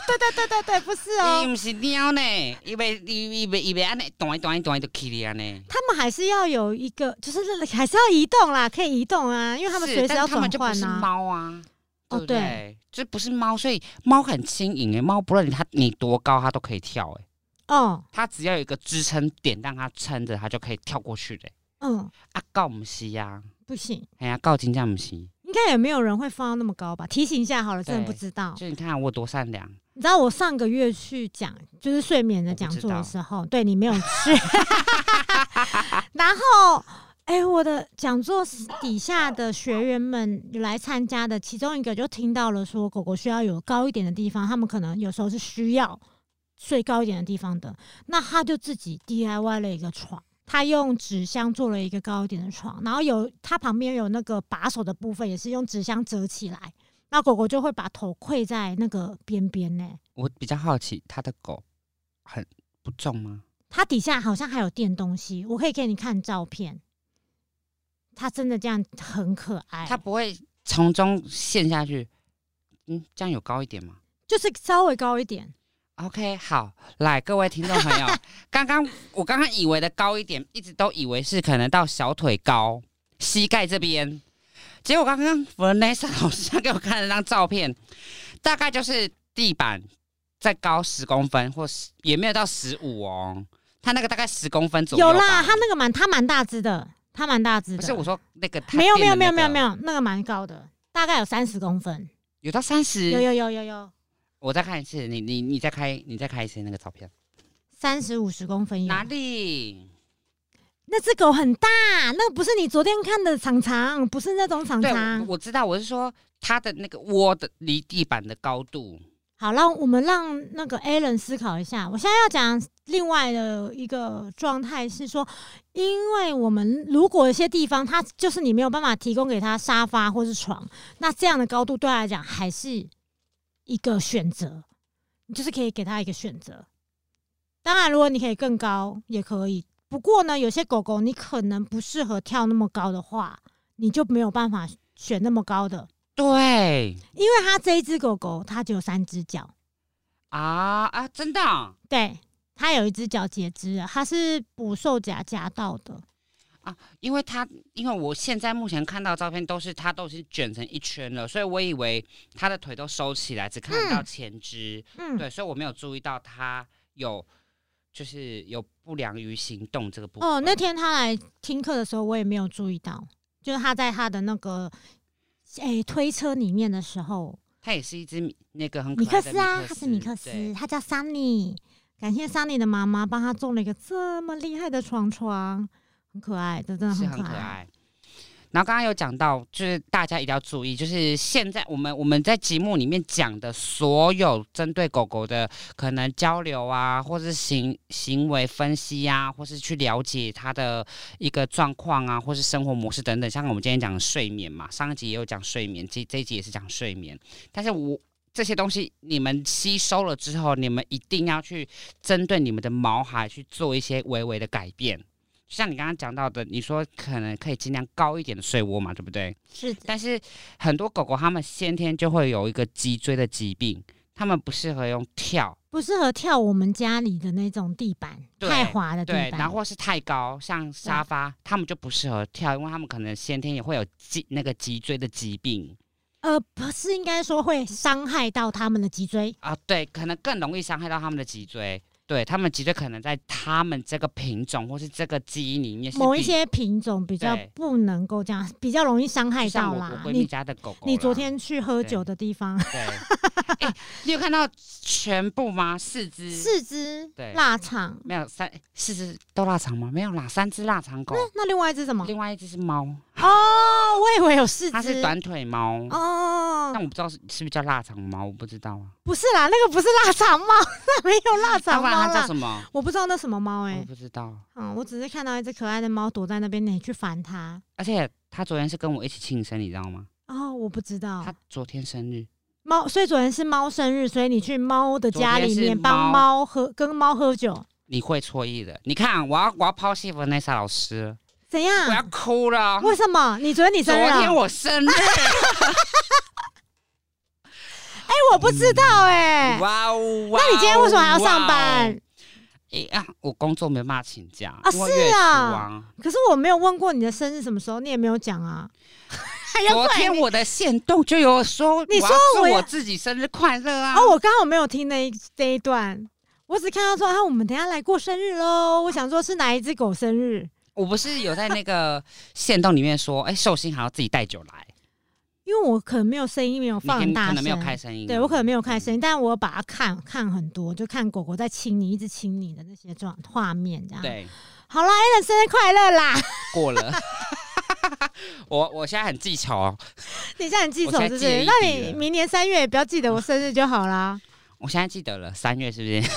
Speaker 1: 对对对对，不是
Speaker 2: 伊
Speaker 1: 哦，
Speaker 2: 毋是猫呢，伊袂伊伊袂伊袂安尼，弹弹弹就起哩安尼。
Speaker 1: 他们还是要有一个，就是还是要移动啦，可以移动啊，因为他们
Speaker 2: 是
Speaker 1: 随时
Speaker 2: 但
Speaker 1: 要
Speaker 2: 他们
Speaker 1: 转
Speaker 2: 就不
Speaker 1: 换
Speaker 2: 是
Speaker 1: 啊。
Speaker 2: 猫啊，
Speaker 1: 哦
Speaker 2: 对不对？这不是猫，所以猫很轻盈诶，欸猫不论你它你多高，它都可以跳诶，
Speaker 1: 哦，
Speaker 2: 它只要有一个支撑点让它撑着，它就可以跳过去的。
Speaker 1: 嗯，
Speaker 2: 啊，告毋是呀、啊，
Speaker 1: 不行，
Speaker 2: 哎呀，告金这样毋是，
Speaker 1: 应该也没有人会放到那么高吧？提醒一下好了，真的
Speaker 2: 对
Speaker 1: 不知道。
Speaker 2: 就你看啊我多善良，
Speaker 1: 你知道我上个月去讲就是睡眠的讲座的时候，对你没有去，然后。哎、我的讲座底下的学员们来参加的，其中一个就听到了说，狗狗需要有高一点的地方，他们可能有时候是需要睡高一点的地方的。那他就自己 DIY 了一个床，他用纸箱做了一个高一点的床，然后有它旁边有那个把手的部分也是用纸箱折起来，那狗狗就会把头跪在那个边边呢。
Speaker 2: 我比较好奇它的狗很不重吗？
Speaker 1: 它底下好像还有垫东西，我可以给你看照片。它真的这样很可爱，
Speaker 2: 它不会从中陷下去。嗯，这样有高一点吗
Speaker 1: 就是稍微高一点，
Speaker 2: ？OK，好，来各位听众朋友，刚刚我刚刚以为的高一点，一直都以为是可能到小腿高、膝盖这边，结果刚刚 Vanessa 老师给我看了张照片，大概就是地板再高十公分，或是也没有到十五哦，它那个大概十公分左右
Speaker 1: 有
Speaker 2: 吧。
Speaker 1: 啦，它那个蛮它蛮大只的，它蛮大只
Speaker 2: 不是我
Speaker 1: 的，
Speaker 2: 说那个它
Speaker 1: 没有没
Speaker 2: 垫
Speaker 1: 有
Speaker 2: 的
Speaker 1: 没有
Speaker 2: 那
Speaker 1: 没有
Speaker 2: 个
Speaker 1: 没有，那个蛮高的，大概有三十公分，
Speaker 2: 有到三
Speaker 1: 有
Speaker 2: 十，
Speaker 1: 有有有有
Speaker 2: 我再看一次，你你你再开你再开一次那个照片，
Speaker 1: 三十五十公分有
Speaker 2: 哪。里？
Speaker 1: 那只狗很大，那个不是你昨天看的长长，不是那种长
Speaker 2: 对，
Speaker 1: 长
Speaker 2: 我。我知道，我是说它的那个窝的离地板的高度，
Speaker 1: 好，让我们让那个 Alan 思考一下。我现在要讲另外的一个状态是说，因为我们如果有些地方它就是你没有办法提供给他沙发或是床，那这样的高度对他来讲还是一个选择，你就是可以给他一个选择。当然，如果你可以更高也可以。不过呢，有些狗狗你可能不适合跳那么高的话，你就没有办法选那么高的。
Speaker 2: 对
Speaker 1: 因为它这一只狗狗它只有三只脚，
Speaker 2: 啊啊，真的啊
Speaker 1: 对，它有一只脚截肢了，它是捕兽夹夹到的。
Speaker 2: 啊因为它因为我现在目前看到的照片都是它都已经卷成一圈了，所以我以为它的腿都收起来，只看得到前肢，
Speaker 1: 嗯，
Speaker 2: 对，所以我没有注意到它有就是有不良于行动这个部分。
Speaker 1: 哦，那天他来听课的时候，我也没有注意到，就是他在他的那个诶、推车里面的时候，
Speaker 2: 它也是一只米那个很可
Speaker 1: 米克
Speaker 2: 爱的
Speaker 1: 斯啊，他是米克斯，
Speaker 2: 对
Speaker 1: 他叫 Sunny，感谢 Sunny 的妈妈帮他种了一个这么厉害的床床，很可爱，这真的
Speaker 2: 是
Speaker 1: 很
Speaker 2: 很可。爱。然后刚刚有讲到，就是大家一定要注意，就是现在我们我们在节目里面讲的所有针对狗狗的可能交流啊，或是行行为分析啊，或是去了解它的一个状况啊，或是生活模式等等。像我们今天讲的睡眠嘛，上一集也有讲睡眠，这这一集也是讲睡眠。但是我这些东西你们吸收了之后，你们一定要去针对你们的毛孩去做一些微微的改变。就像你刚刚讲到的，你说可能可以尽量高一点的睡窝嘛，对不对？
Speaker 1: 是的，
Speaker 2: 但是很多狗狗它们先天就会有一个脊椎的疾病，它们不适合用跳，
Speaker 1: 不适合跳我们家里的那种地板，
Speaker 2: 对
Speaker 1: 太滑呃的地
Speaker 2: 对，
Speaker 1: 板。
Speaker 2: 然后或是太高，像沙发，它们就不适合跳，因为它们可能先天也会有脊那个脊椎的疾病
Speaker 1: 呃，不是应该说会伤害到他们的脊椎。
Speaker 2: 啊，对，可能更容易伤害到它们的脊椎。对，它们脊椎可能在它们这个品种或是这个基因里面是
Speaker 1: 某一
Speaker 2: 比
Speaker 1: 些品种比较
Speaker 2: 对
Speaker 1: 不能够这样，比较容易伤害
Speaker 2: 就像
Speaker 1: 到
Speaker 2: 我
Speaker 1: 啦
Speaker 2: 我。闺蜜
Speaker 1: 你
Speaker 2: 家的狗狗啦，
Speaker 1: 你昨天去喝
Speaker 2: 对
Speaker 1: 酒的地方，
Speaker 2: 对，哎、你有看到全部吗？四只
Speaker 1: [LAUGHS] 四只
Speaker 2: 对
Speaker 1: 腊肠，
Speaker 2: 没有三四只都腊肠吗？没有啦，三只腊肠狗，
Speaker 1: 那另外一只什么？
Speaker 2: 哦另外一只是猫，
Speaker 1: 哦，我以为有四只。
Speaker 2: 它是短腿猫，但
Speaker 1: 哦，
Speaker 2: 我不知道是是不是叫腊肠猫，我不知道啊。
Speaker 1: 不是啦，那个不是腊肠猫， [LAUGHS] 那没有腊
Speaker 2: 要
Speaker 1: 肠
Speaker 2: 不
Speaker 1: 猫
Speaker 2: 然它叫
Speaker 1: 啦。
Speaker 2: 什么？
Speaker 1: 我不知道那什么猫哎、
Speaker 2: 我不知道。
Speaker 1: 嗯，我只是看到一只可爱的猫躲在那边，你去烦它。
Speaker 2: 而且它昨天是跟我一起庆生，你知道吗？
Speaker 1: 哦，我不知道
Speaker 2: 它昨天生日，
Speaker 1: 猫，所以昨天是猫生日，所以你去猫的家里
Speaker 2: 昨天是
Speaker 1: 面帮
Speaker 2: 猫
Speaker 1: 猫喝，跟猫喝酒，
Speaker 2: 你会错意的。你看，我要我要抛弃 Vanessa 老师了，
Speaker 1: 怎
Speaker 2: 我要
Speaker 1: 样？
Speaker 2: 哭了。
Speaker 1: 啊为什么？你昨天你
Speaker 2: 啊昨
Speaker 1: 生日啊？
Speaker 2: 天我生日，
Speaker 1: 哎、我不知道哎、
Speaker 2: 哇哦！哇
Speaker 1: 那你今天为什么还要上
Speaker 2: 哦哇
Speaker 1: 班
Speaker 2: 哦？哎啊，我工作没办法请假
Speaker 1: 啊
Speaker 2: 因为
Speaker 1: 是
Speaker 2: 月初
Speaker 1: 啊
Speaker 2: 啊
Speaker 1: 可是我没有问过你的生日什么时候，你也没有讲
Speaker 2: [LAUGHS]
Speaker 1: 啊。还要
Speaker 2: 昨
Speaker 1: 怪
Speaker 2: 天
Speaker 1: 你
Speaker 2: 我的线动就有说，
Speaker 1: 你
Speaker 2: 我
Speaker 1: 说
Speaker 2: 要
Speaker 1: 我
Speaker 2: 祝
Speaker 1: 要
Speaker 2: 我自己生日快乐啊！
Speaker 1: 哦，我刚好没有听那一这一段，我只看到说啊，我们等一下来过生日喽。我想说是哪一只狗生日，
Speaker 2: 我不是有在那个线动里面说，哎、寿星还要自己带酒来，
Speaker 1: 因为我可能没有声音，没有
Speaker 2: 你可
Speaker 1: 放很大
Speaker 2: 可能
Speaker 1: 声，
Speaker 2: 没有开声音啊，
Speaker 1: 对我可能没有开声
Speaker 2: 音。
Speaker 1: 音，但我有把它看看很多，就看狗狗在亲你，一直亲你的那些状画面这样。，
Speaker 2: 对，
Speaker 1: 好啦 a l n 生日快乐啦！
Speaker 2: 过了。 [LAUGHS] 我我现在很记仇哦，
Speaker 1: 你现在很记
Speaker 2: 我
Speaker 1: 仇
Speaker 2: 现在
Speaker 1: 是不
Speaker 2: 记得
Speaker 1: 是？
Speaker 2: 一
Speaker 1: 那
Speaker 2: 笔
Speaker 1: 你
Speaker 2: 了
Speaker 1: 明年三月也不要记得我生日就好
Speaker 2: [LAUGHS]
Speaker 1: 啦。
Speaker 2: 我现在记得了，三月是不是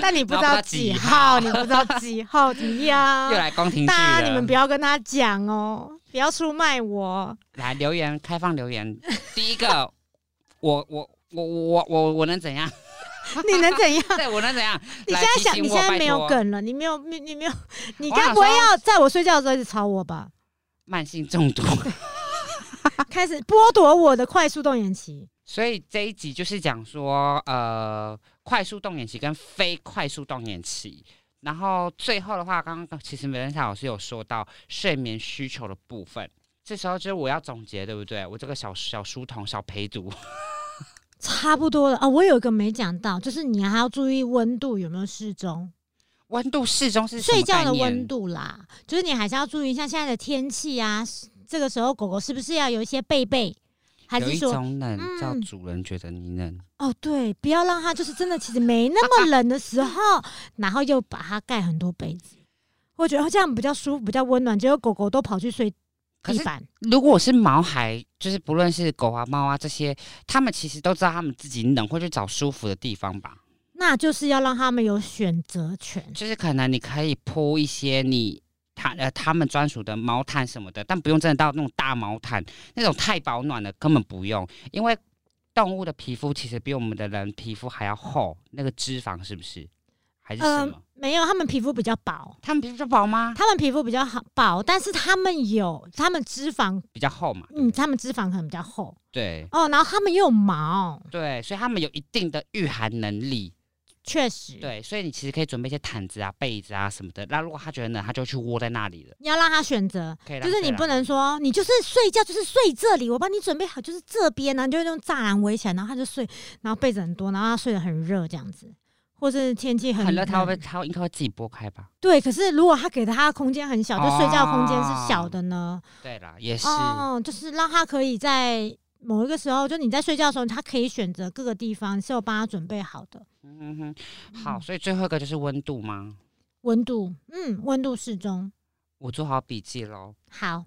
Speaker 1: 但你不知
Speaker 2: 然后
Speaker 1: 道
Speaker 2: 不知道
Speaker 1: 几
Speaker 2: 几
Speaker 1: 号，你不知道几号怎么样
Speaker 2: [LAUGHS] 又？来宫廷剧
Speaker 1: 啊大
Speaker 2: 了？
Speaker 1: 家你们不要跟他讲哦，不要出卖
Speaker 2: [LAUGHS]
Speaker 1: 我。
Speaker 2: 来留言，开放
Speaker 1: [LAUGHS]
Speaker 2: 留言。第一个，我我我我我我能怎样？ [LAUGHS]
Speaker 1: 你能怎样？
Speaker 2: 对我能怎样？
Speaker 1: 你
Speaker 2: 来
Speaker 1: 现在
Speaker 2: 提
Speaker 1: 想，
Speaker 2: 醒
Speaker 1: 你
Speaker 2: 我
Speaker 1: 现在
Speaker 2: 拜
Speaker 1: 没有
Speaker 2: 托
Speaker 1: 梗了，你没有，你你没有，你
Speaker 2: 我
Speaker 1: 该
Speaker 2: 想
Speaker 1: 不会
Speaker 2: 说
Speaker 1: 要在我睡觉的时候一直吵我吧？啊
Speaker 2: 慢性中毒。
Speaker 1: 开始剥夺我的快速动眼期。
Speaker 2: 所以这一集就是讲说，呃，快速动眼期跟非快速动眼期。然后最后的话，刚刚其实梅兰莎老师有说到睡眠需求的部分，这时候就是我要总结，对不对？我这个小小书童、小陪读，
Speaker 1: 差不多了啊、我有一个没讲到，就是你还要注意温度有没有适中，
Speaker 2: 温度适中是什么
Speaker 1: 睡觉的
Speaker 2: 概念
Speaker 1: 温度啦，就是你还是要注意一下现在的天气啊，是这个时候狗狗是不是要有一些被被，还
Speaker 2: 有
Speaker 1: 是
Speaker 2: 一
Speaker 1: 说
Speaker 2: 种冷叫
Speaker 1: 嗯
Speaker 2: 主人觉得你冷，
Speaker 1: 哦，对，不要让它就是真的，其实没那么冷的时候，
Speaker 2: [LAUGHS]
Speaker 1: 然后又把它盖很多被子，我觉得这样比较舒服，比较温暖。结果狗狗都跑去睡
Speaker 2: 可
Speaker 1: 地
Speaker 2: 是
Speaker 1: 板，
Speaker 2: 如果是毛孩，就是不论是狗啊、猫啊这些，他们其实都知道他们自己冷，会去找舒服的地方吧。
Speaker 1: 那就是要让它们有选择权。
Speaker 2: 就是可能你可以铺一些你他呃他们专属的毛毯什么的，但不用真的到那种大毛毯，那种太保暖了，根本不用，因为动物的皮肤其实比我们的人皮肤还要厚，那个脂肪是不是？还是什
Speaker 1: 嗯、
Speaker 2: 么？
Speaker 1: 没有，他们皮肤比较薄，
Speaker 2: 他们皮肤薄吗？
Speaker 1: 他们皮肤比较好薄，但是他们有他们脂肪，
Speaker 2: 比较厚嘛，
Speaker 1: 嗯，他们脂肪可能比较厚
Speaker 2: 对
Speaker 1: 哦，然后他们又有毛，
Speaker 2: 对，所以他们有一定的御寒能力。
Speaker 1: 确实，，
Speaker 2: 对，所以你其实可以准备一些毯子啊、被子啊什么的。那如果他觉得冷，他就去窝在那里了。
Speaker 1: 你要让他选择，
Speaker 2: 可以啦，
Speaker 1: 就是你
Speaker 2: 可以啦嗯
Speaker 1: 不能说你就是睡觉就是睡这里，我帮你准备好就是这边呢、啊，你就用栅栏围起来，然后他就睡，然后被子很多，然后他睡得很热这样子，或是天气很
Speaker 2: 很热，他会不会
Speaker 1: 冷
Speaker 2: 他应该会自己拨开吧？
Speaker 1: 对。可是如果他给他的空间很小，就睡觉空间是小
Speaker 2: 哦
Speaker 1: 的呢，
Speaker 2: 对啦，也是，
Speaker 1: 哦，就是让他可以在。某一个时候，就你在睡觉的时候，他可以选择各个地方是有帮他准备好的
Speaker 2: 嗯哼，好，所以最后一个就是温度吗？
Speaker 1: 温度，嗯，温度适中。
Speaker 2: 我做好笔记喽。
Speaker 1: 好，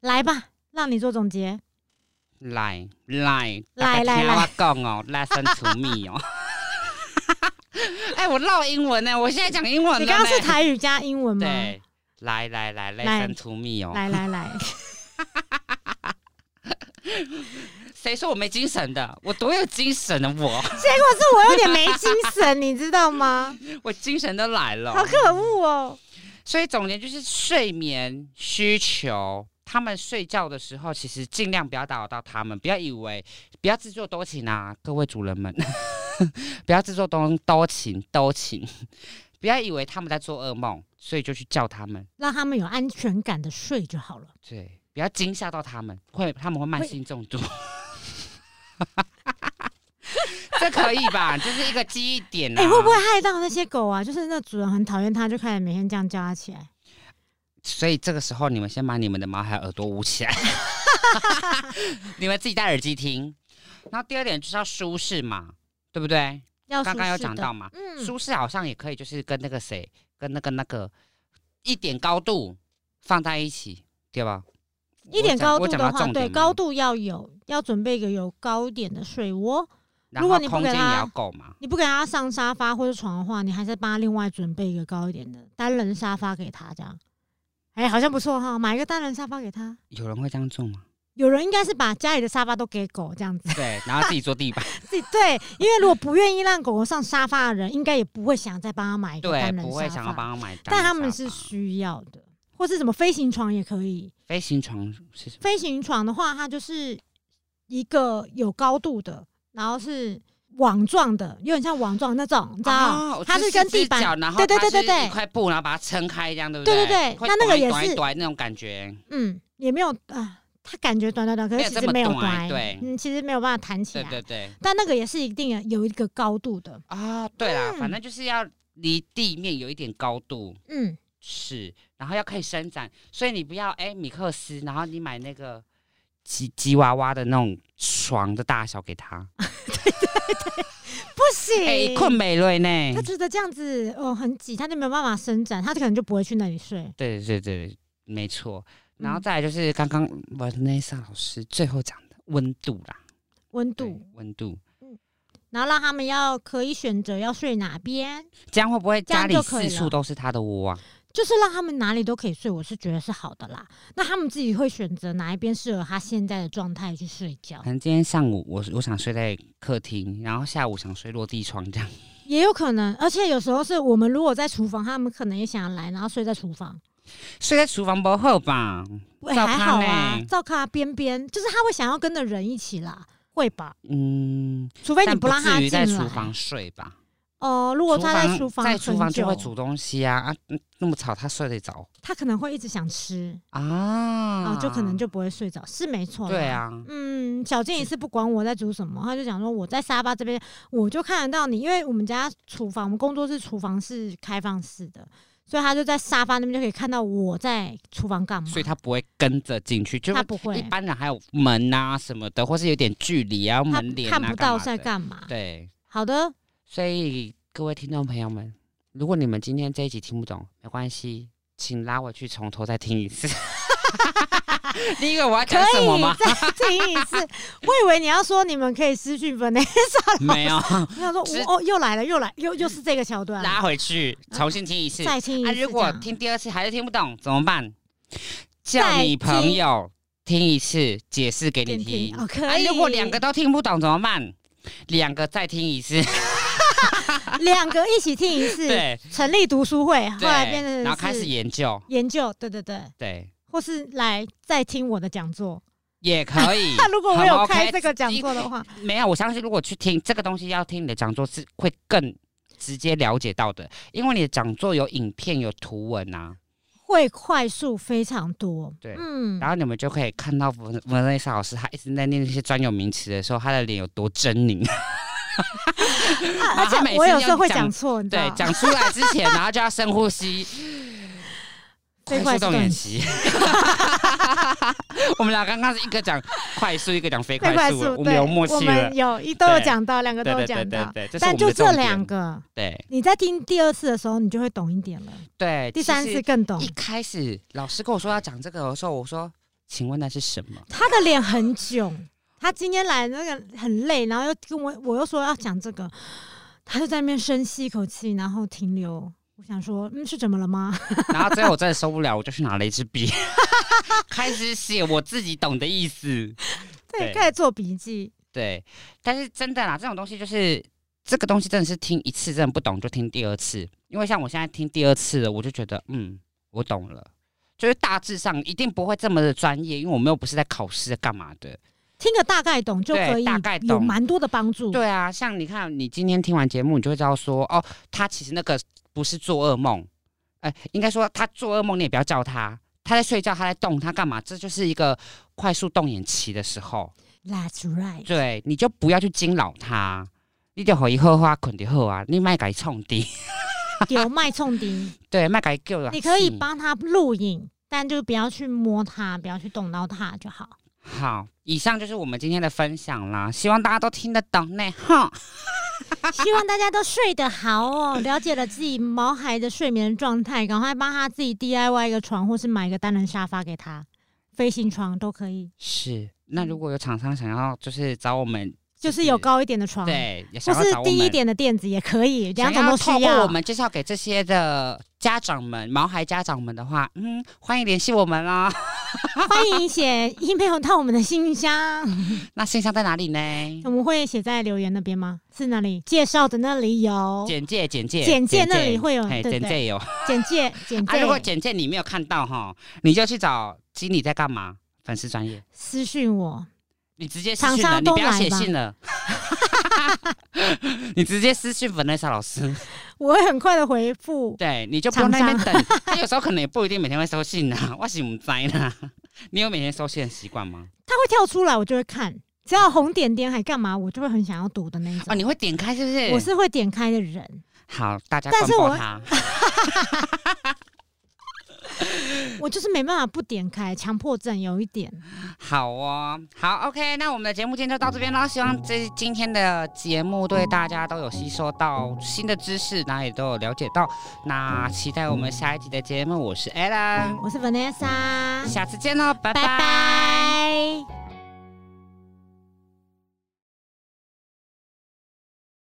Speaker 1: 来吧，让你做总结。
Speaker 2: 来来
Speaker 1: 来来
Speaker 2: 听我讲哦，lesson to me 哦。 [LAUGHS] 哎，我唠英文呢，我现在讲英文了
Speaker 1: [LAUGHS] 你
Speaker 2: 呢。
Speaker 1: 刚刚是台语加英文吗？
Speaker 2: 对，来来来
Speaker 1: 来
Speaker 2: ，lesson to me 哦。
Speaker 1: 来来 [LAUGHS] 来，
Speaker 2: 谁说我没精神的？我多有精神的我， [LAUGHS]
Speaker 1: 可是我有点没精神，你知道吗？
Speaker 2: 我精神都来了。
Speaker 1: 好可恶哦！
Speaker 2: 所以总结就是睡眠需求。他们睡觉的时候，其实尽量不要打扰到他们，不要以为不要自作多情啊，各位主人们， [LAUGHS] 不要自作多多情多情， [LAUGHS] 不要以为他们在做噩梦，所以就去叫他们，
Speaker 1: 让他们有安全感的睡就
Speaker 2: [LAUGHS]
Speaker 1: 好了。
Speaker 2: 对，不要惊吓到他们，会他们会慢
Speaker 1: 会
Speaker 2: 性中毒。 [LAUGHS] 这可以吧？这是一个记忆点啊。
Speaker 1: 哎、会不会害到那些狗啊？就是那主人很讨厌它，就开始每天这样叫它起来。
Speaker 2: 所以这个时候，你们先把你们的毛还有耳朵捂起来， [LAUGHS] 你们自己戴耳机听。然后第二点就是要舒适嘛，对不对？
Speaker 1: 要
Speaker 2: 刚刚有讲到
Speaker 1: 嘛，
Speaker 2: 嘛，
Speaker 1: 嗯，
Speaker 2: 舒适好像也可以，就是跟那个谁，跟那个那个一点高度放在一起，对吧？
Speaker 1: 一点高度
Speaker 2: 我讲
Speaker 1: 的
Speaker 2: 我讲到
Speaker 1: 话，
Speaker 2: 重
Speaker 1: 对
Speaker 2: 点
Speaker 1: 高
Speaker 2: 嘛，
Speaker 1: 度要有，要准备一个有高一点的睡窝。
Speaker 2: 然
Speaker 1: 如
Speaker 2: 后
Speaker 1: 果你不
Speaker 2: 空
Speaker 1: 给
Speaker 2: 间也
Speaker 1: 他
Speaker 2: 要够嘛。
Speaker 1: 你不给它上沙发或者床的话，你还是帮它另外准备一个高一点的单人沙发给它，这样。哎、好像不错哈，买一个单人沙发给它。
Speaker 2: 有人会这样做吗？
Speaker 1: 有人应该是把家里的沙发都给狗这样子。 [LAUGHS]
Speaker 2: 对，然后自己坐地板，
Speaker 1: 自己对，因为如果不愿意让狗狗上沙发的人，应该也不会想再帮他买一个
Speaker 2: 对，
Speaker 1: 单人
Speaker 2: 不会
Speaker 1: 沙
Speaker 2: 想要
Speaker 1: 发，
Speaker 2: 帮他买单人沙发。
Speaker 1: 但他们是需要的，或是什么飞行床也可以。
Speaker 2: 飞行床是什么？
Speaker 1: 飞行床的话，它就是一个有高度的，然后是网状的，有点像网状那种，你知道？
Speaker 2: 啊
Speaker 1: 它
Speaker 2: 就是
Speaker 1: 跟
Speaker 2: 四
Speaker 1: 地
Speaker 2: 只
Speaker 1: 板
Speaker 2: 脚然后
Speaker 1: 对对
Speaker 2: 它
Speaker 1: 对对
Speaker 2: 是
Speaker 1: 对
Speaker 2: 一块布，然后把它撑开，这样对不
Speaker 1: 对
Speaker 2: 对
Speaker 1: 对对
Speaker 2: 会
Speaker 1: 那那个也
Speaker 2: 短一
Speaker 1: 是
Speaker 2: 短一短那种感觉，
Speaker 1: 嗯，也没有啊、它感觉短短短，可
Speaker 2: 没
Speaker 1: 是
Speaker 2: 有
Speaker 1: 其
Speaker 2: 这
Speaker 1: 实
Speaker 2: 么
Speaker 1: 没有
Speaker 2: 短
Speaker 1: 短，
Speaker 2: 对
Speaker 1: 嗯，其实没有办法弹起
Speaker 2: 对
Speaker 1: 来。
Speaker 2: 对对
Speaker 1: 但那个也是一定有一个高度的，
Speaker 2: 啊，对啦，
Speaker 1: 嗯
Speaker 2: 反正就是要离地面有一点高度。
Speaker 1: 嗯，
Speaker 2: 是，然后要可以伸展，所以你不要哎、米克斯，然后你买那个吉吉娃娃的那种床的大小给他，
Speaker 1: 不行，
Speaker 2: 哎、困美瑞呢
Speaker 1: 他？觉得这样子哦很挤，他就没有办法伸展，他可能就不会去那里睡。
Speaker 2: 对对对对，没错。然后
Speaker 1: 嗯
Speaker 2: 再来就是刚刚 Vanessa 老师最后讲的温度啦，
Speaker 1: 温
Speaker 2: 对
Speaker 1: 度，
Speaker 2: 温度，
Speaker 1: 然后让他们要可以选择要睡哪边，
Speaker 2: 这样会不会
Speaker 1: 这样
Speaker 2: 家里
Speaker 1: 就可以
Speaker 2: 四处
Speaker 1: 了
Speaker 2: 都是他的窝啊？
Speaker 1: 就是让他们哪里都可以睡，我是觉得是好的啦。那他们自己会选择哪一边适合他现在的状态去睡觉
Speaker 2: 可，能今天上午我我想睡在客厅，然后下午想睡落地窗这样。
Speaker 1: 也有可能。而且有时候是我们如果在厨房，他们可能也想要来，然后睡在厨房，
Speaker 2: 睡在厨房不好吧？
Speaker 1: 喂
Speaker 2: 照
Speaker 1: 还
Speaker 2: 咖
Speaker 1: 好啊
Speaker 2: 呢，
Speaker 1: 照咖边边，就是他会想要跟着人一起啦，会吧？
Speaker 2: 嗯，
Speaker 1: 除非你
Speaker 2: 但
Speaker 1: 不让他
Speaker 2: 至
Speaker 1: 进
Speaker 2: 于
Speaker 1: 来。
Speaker 2: 在厨房睡吧。
Speaker 1: 哦、如果他在厨房
Speaker 2: 在
Speaker 1: 很
Speaker 2: 厨房就会
Speaker 1: 久
Speaker 2: 煮东西啊啊，嗯那么吵他睡得着
Speaker 1: 他可能会一直想吃
Speaker 2: 啊
Speaker 1: 啊、哦就可能就不会睡着，是没错。
Speaker 2: 嗯对。啊，
Speaker 1: 嗯，小健也是不管我在煮什么，他就讲说我在沙发这边，我就看得到你，因为我们家厨房，我们工作室厨房是开放式的，所以他就在沙发那边就可以看到我在厨房干嘛。
Speaker 2: 所以他不会跟着进去，就
Speaker 1: 他
Speaker 2: 是
Speaker 1: 不
Speaker 2: 一
Speaker 1: 会，
Speaker 2: 般人还有门啊什么的，或是有点距离啊
Speaker 1: 他
Speaker 2: 门帘啊，
Speaker 1: 看不到
Speaker 2: 嘛
Speaker 1: 在
Speaker 2: 的
Speaker 1: 干嘛。
Speaker 2: 对。
Speaker 1: 好的，
Speaker 2: 所以各位听众朋友们，如果你们今天这一集听不懂，没关系，请拉回去从头再听一次。 [LAUGHS] 第一个我要
Speaker 1: 可
Speaker 2: 讲什么
Speaker 1: 以 [LAUGHS]
Speaker 2: 吗？
Speaker 1: 再听一次。我以为你要说你们可以私讯 Vanessa，
Speaker 2: 没
Speaker 1: [LAUGHS]
Speaker 2: 有，
Speaker 1: 我
Speaker 2: [LAUGHS]
Speaker 1: 想说
Speaker 2: 直
Speaker 1: 我哦又来了，又来又又是这个桥段，
Speaker 2: 拉回去重新听一次。
Speaker 1: 再听一
Speaker 2: 啊，
Speaker 1: 次。
Speaker 2: 如果听第二次还是听不懂怎么办？叫
Speaker 1: 再
Speaker 2: 你
Speaker 1: 听
Speaker 2: 朋友听一次，解释给你
Speaker 1: 电梯
Speaker 2: 听。
Speaker 1: 哦，可
Speaker 2: 啊，
Speaker 1: 以。
Speaker 2: 如果两个都听不懂怎么办？两个再听一次。
Speaker 1: [LAUGHS] 两个一起听一次，
Speaker 2: [LAUGHS] 对
Speaker 1: 成立读书会，后来变
Speaker 2: 对，
Speaker 1: 成
Speaker 2: 然后开
Speaker 1: 是
Speaker 2: 始研究，
Speaker 1: 研究，对对对，
Speaker 2: 对，
Speaker 1: 或是来再听我的讲座。。
Speaker 2: 也可以
Speaker 1: [LAUGHS] 那如果我
Speaker 2: 好
Speaker 1: 有
Speaker 2: 吗
Speaker 1: 开
Speaker 2: OK，
Speaker 1: 这个讲
Speaker 2: 一
Speaker 1: 座的话，
Speaker 2: 没有，我相信如果去听这个东西，要听你的讲座是会更直接了解到的，因为你的讲座有影片、有图文啊，
Speaker 1: 会快速非常多。
Speaker 2: 对
Speaker 1: 嗯
Speaker 2: 然后你们就可以看到文文内莎老师，他一直在念那些专有名词的时候，他的脸有多
Speaker 1: [LAUGHS]
Speaker 2: 狰狞。
Speaker 1: 啊而
Speaker 2: 然后每
Speaker 1: 且
Speaker 2: 次
Speaker 1: 我有时候会
Speaker 2: 要讲
Speaker 1: 讲错，你知道
Speaker 2: 对，
Speaker 1: 吗
Speaker 2: 讲出来之前，然后就要深呼吸，
Speaker 1: 飞快
Speaker 2: 快速
Speaker 1: 速动
Speaker 2: 动
Speaker 1: 眼
Speaker 2: 眼期。 [LAUGHS] 我们俩刚刚是一个讲快速，一个讲飞
Speaker 1: [LAUGHS] 飞快
Speaker 2: 快速，
Speaker 1: 速，
Speaker 2: 我们有
Speaker 1: 对
Speaker 2: 默
Speaker 1: 我
Speaker 2: 契了
Speaker 1: 们。有一都有
Speaker 2: 对
Speaker 1: 讲到，两个都
Speaker 2: 对
Speaker 1: 有
Speaker 2: 对
Speaker 1: 讲
Speaker 2: 对对
Speaker 1: 到，
Speaker 2: 对，
Speaker 1: 但就这两
Speaker 2: 个，
Speaker 1: 个，
Speaker 2: 对
Speaker 1: 你在听第二次的时候，你就会懂一点了，
Speaker 2: 对。
Speaker 1: 第
Speaker 2: 其
Speaker 1: 三
Speaker 2: 实
Speaker 1: 次更懂
Speaker 2: 一。开始老师跟我说要讲这个的时候，我说：“请问那是什么 [LAUGHS]
Speaker 1: 他的脸很囧，他今天来那个很累，然后又跟我我又说要讲这个，他就在那边深吸一口气，然后停留。我想说，嗯，是怎么了吗？？” [LAUGHS]
Speaker 2: 然后最后我真的受不了，我就去拿了一支笔， [LAUGHS] 开始写我自己懂的意思。
Speaker 1: 对，
Speaker 2: 对
Speaker 1: 开始做笔记。
Speaker 2: 对，但是真的啦，这种东西就是这个东西真的是听一次真的不懂就听第二次，因为像我现在听第二次了，我就觉得嗯，我懂了。就是大致上一定不会这么的专业，因为我们又不是在考试干嘛的。
Speaker 1: 听个大概懂就
Speaker 2: 对
Speaker 1: 可以
Speaker 2: 大概，懂
Speaker 1: 有蛮多的帮助。
Speaker 2: 对啊，像你看，你今天听完节目，你就会知道说，哦，他其实那个不是做噩梦，哎、应该说他做噩梦，你也不要叫他，他在睡觉，他在动，他干嘛？这就是一个快速动眼期的时候。
Speaker 1: That's right。
Speaker 2: 对，你就不要去惊扰他，你就可以好好困就好啊，你卖给冲低，
Speaker 1: 有脉冲敌，
Speaker 2: [LAUGHS] 对，卖给救了。
Speaker 1: 你可以帮他录影，但就不要去摸它，不要去动到它就好。
Speaker 2: 好，以上就是我们今天的分享啦，希望大家都听得懂呢。哈，
Speaker 1: 希望大家都睡得好哦，了解了自己毛孩的睡眠状态，赶快帮他自己 DIY 一个床，或是买一个单人沙发给他，飞行床都可以，
Speaker 2: 是。那如果有厂商想要就是找我们，
Speaker 1: 就是有高一点的床，，
Speaker 2: 对，也
Speaker 1: 嗯或
Speaker 2: 想要
Speaker 1: 是
Speaker 2: 找我
Speaker 1: 低一
Speaker 2: 们。
Speaker 1: 点的垫子也可以，两种
Speaker 2: 想
Speaker 1: 都
Speaker 2: 要
Speaker 1: 需
Speaker 2: 透过
Speaker 1: 要
Speaker 2: 我。们介绍给这些的家长们、毛孩家长们的话，嗯，欢迎联系我们啦。 [LAUGHS]
Speaker 1: 欢迎写 email 到我们的信箱，
Speaker 2: 那信箱在哪里呢？
Speaker 1: 我们会写在留言那边吗？是哪里？介绍的那里有
Speaker 2: 简介，简介，
Speaker 1: 简介那里会有
Speaker 2: 嘿
Speaker 1: 对
Speaker 2: 简
Speaker 1: 对
Speaker 2: 介有。
Speaker 1: 简介，简
Speaker 2: 啊，如果
Speaker 1: 介
Speaker 2: 简介你没有看到哈，你就去找经理在干嘛？粉丝专业，
Speaker 1: 私讯我，
Speaker 2: 你直接私
Speaker 1: 厂
Speaker 2: 讯
Speaker 1: 商
Speaker 2: 了，你
Speaker 1: 都
Speaker 2: 不要
Speaker 1: 来
Speaker 2: 写
Speaker 1: 吧
Speaker 2: 信了， [LAUGHS] 你直接私讯粉内莎老师，
Speaker 1: 我会很快的回复。
Speaker 2: 对，你就不用在那边等。他有时候可能也不一定每天会收信啊，我是唔知啦。你有每天收信的习
Speaker 1: [LAUGHS]
Speaker 2: 惯吗？
Speaker 1: 它会跳出来，我就会看。只要红点点还干嘛，我就会很想要读的那一种。
Speaker 2: 哦，你会点开是不是？
Speaker 1: 我是会点开的人，
Speaker 2: 好，大家
Speaker 1: 但
Speaker 2: 关
Speaker 1: 是
Speaker 2: 注
Speaker 1: 我 [LAUGHS]
Speaker 2: 他。
Speaker 1: 我就是没办法不点开，强迫症有一点。
Speaker 2: 好哦，好，OK，那我们的节目今天就到这边
Speaker 1: 嗯
Speaker 2: 喽。希望这今天的节目对大家都有吸收到新的知识，然后也都有了解到。那期待我们
Speaker 1: 嗯
Speaker 2: 下一集的节目，我是 Alan，
Speaker 1: 我是 Vanessa，
Speaker 2: 下次见喽，拜
Speaker 1: 拜
Speaker 2: 拜
Speaker 1: 拜。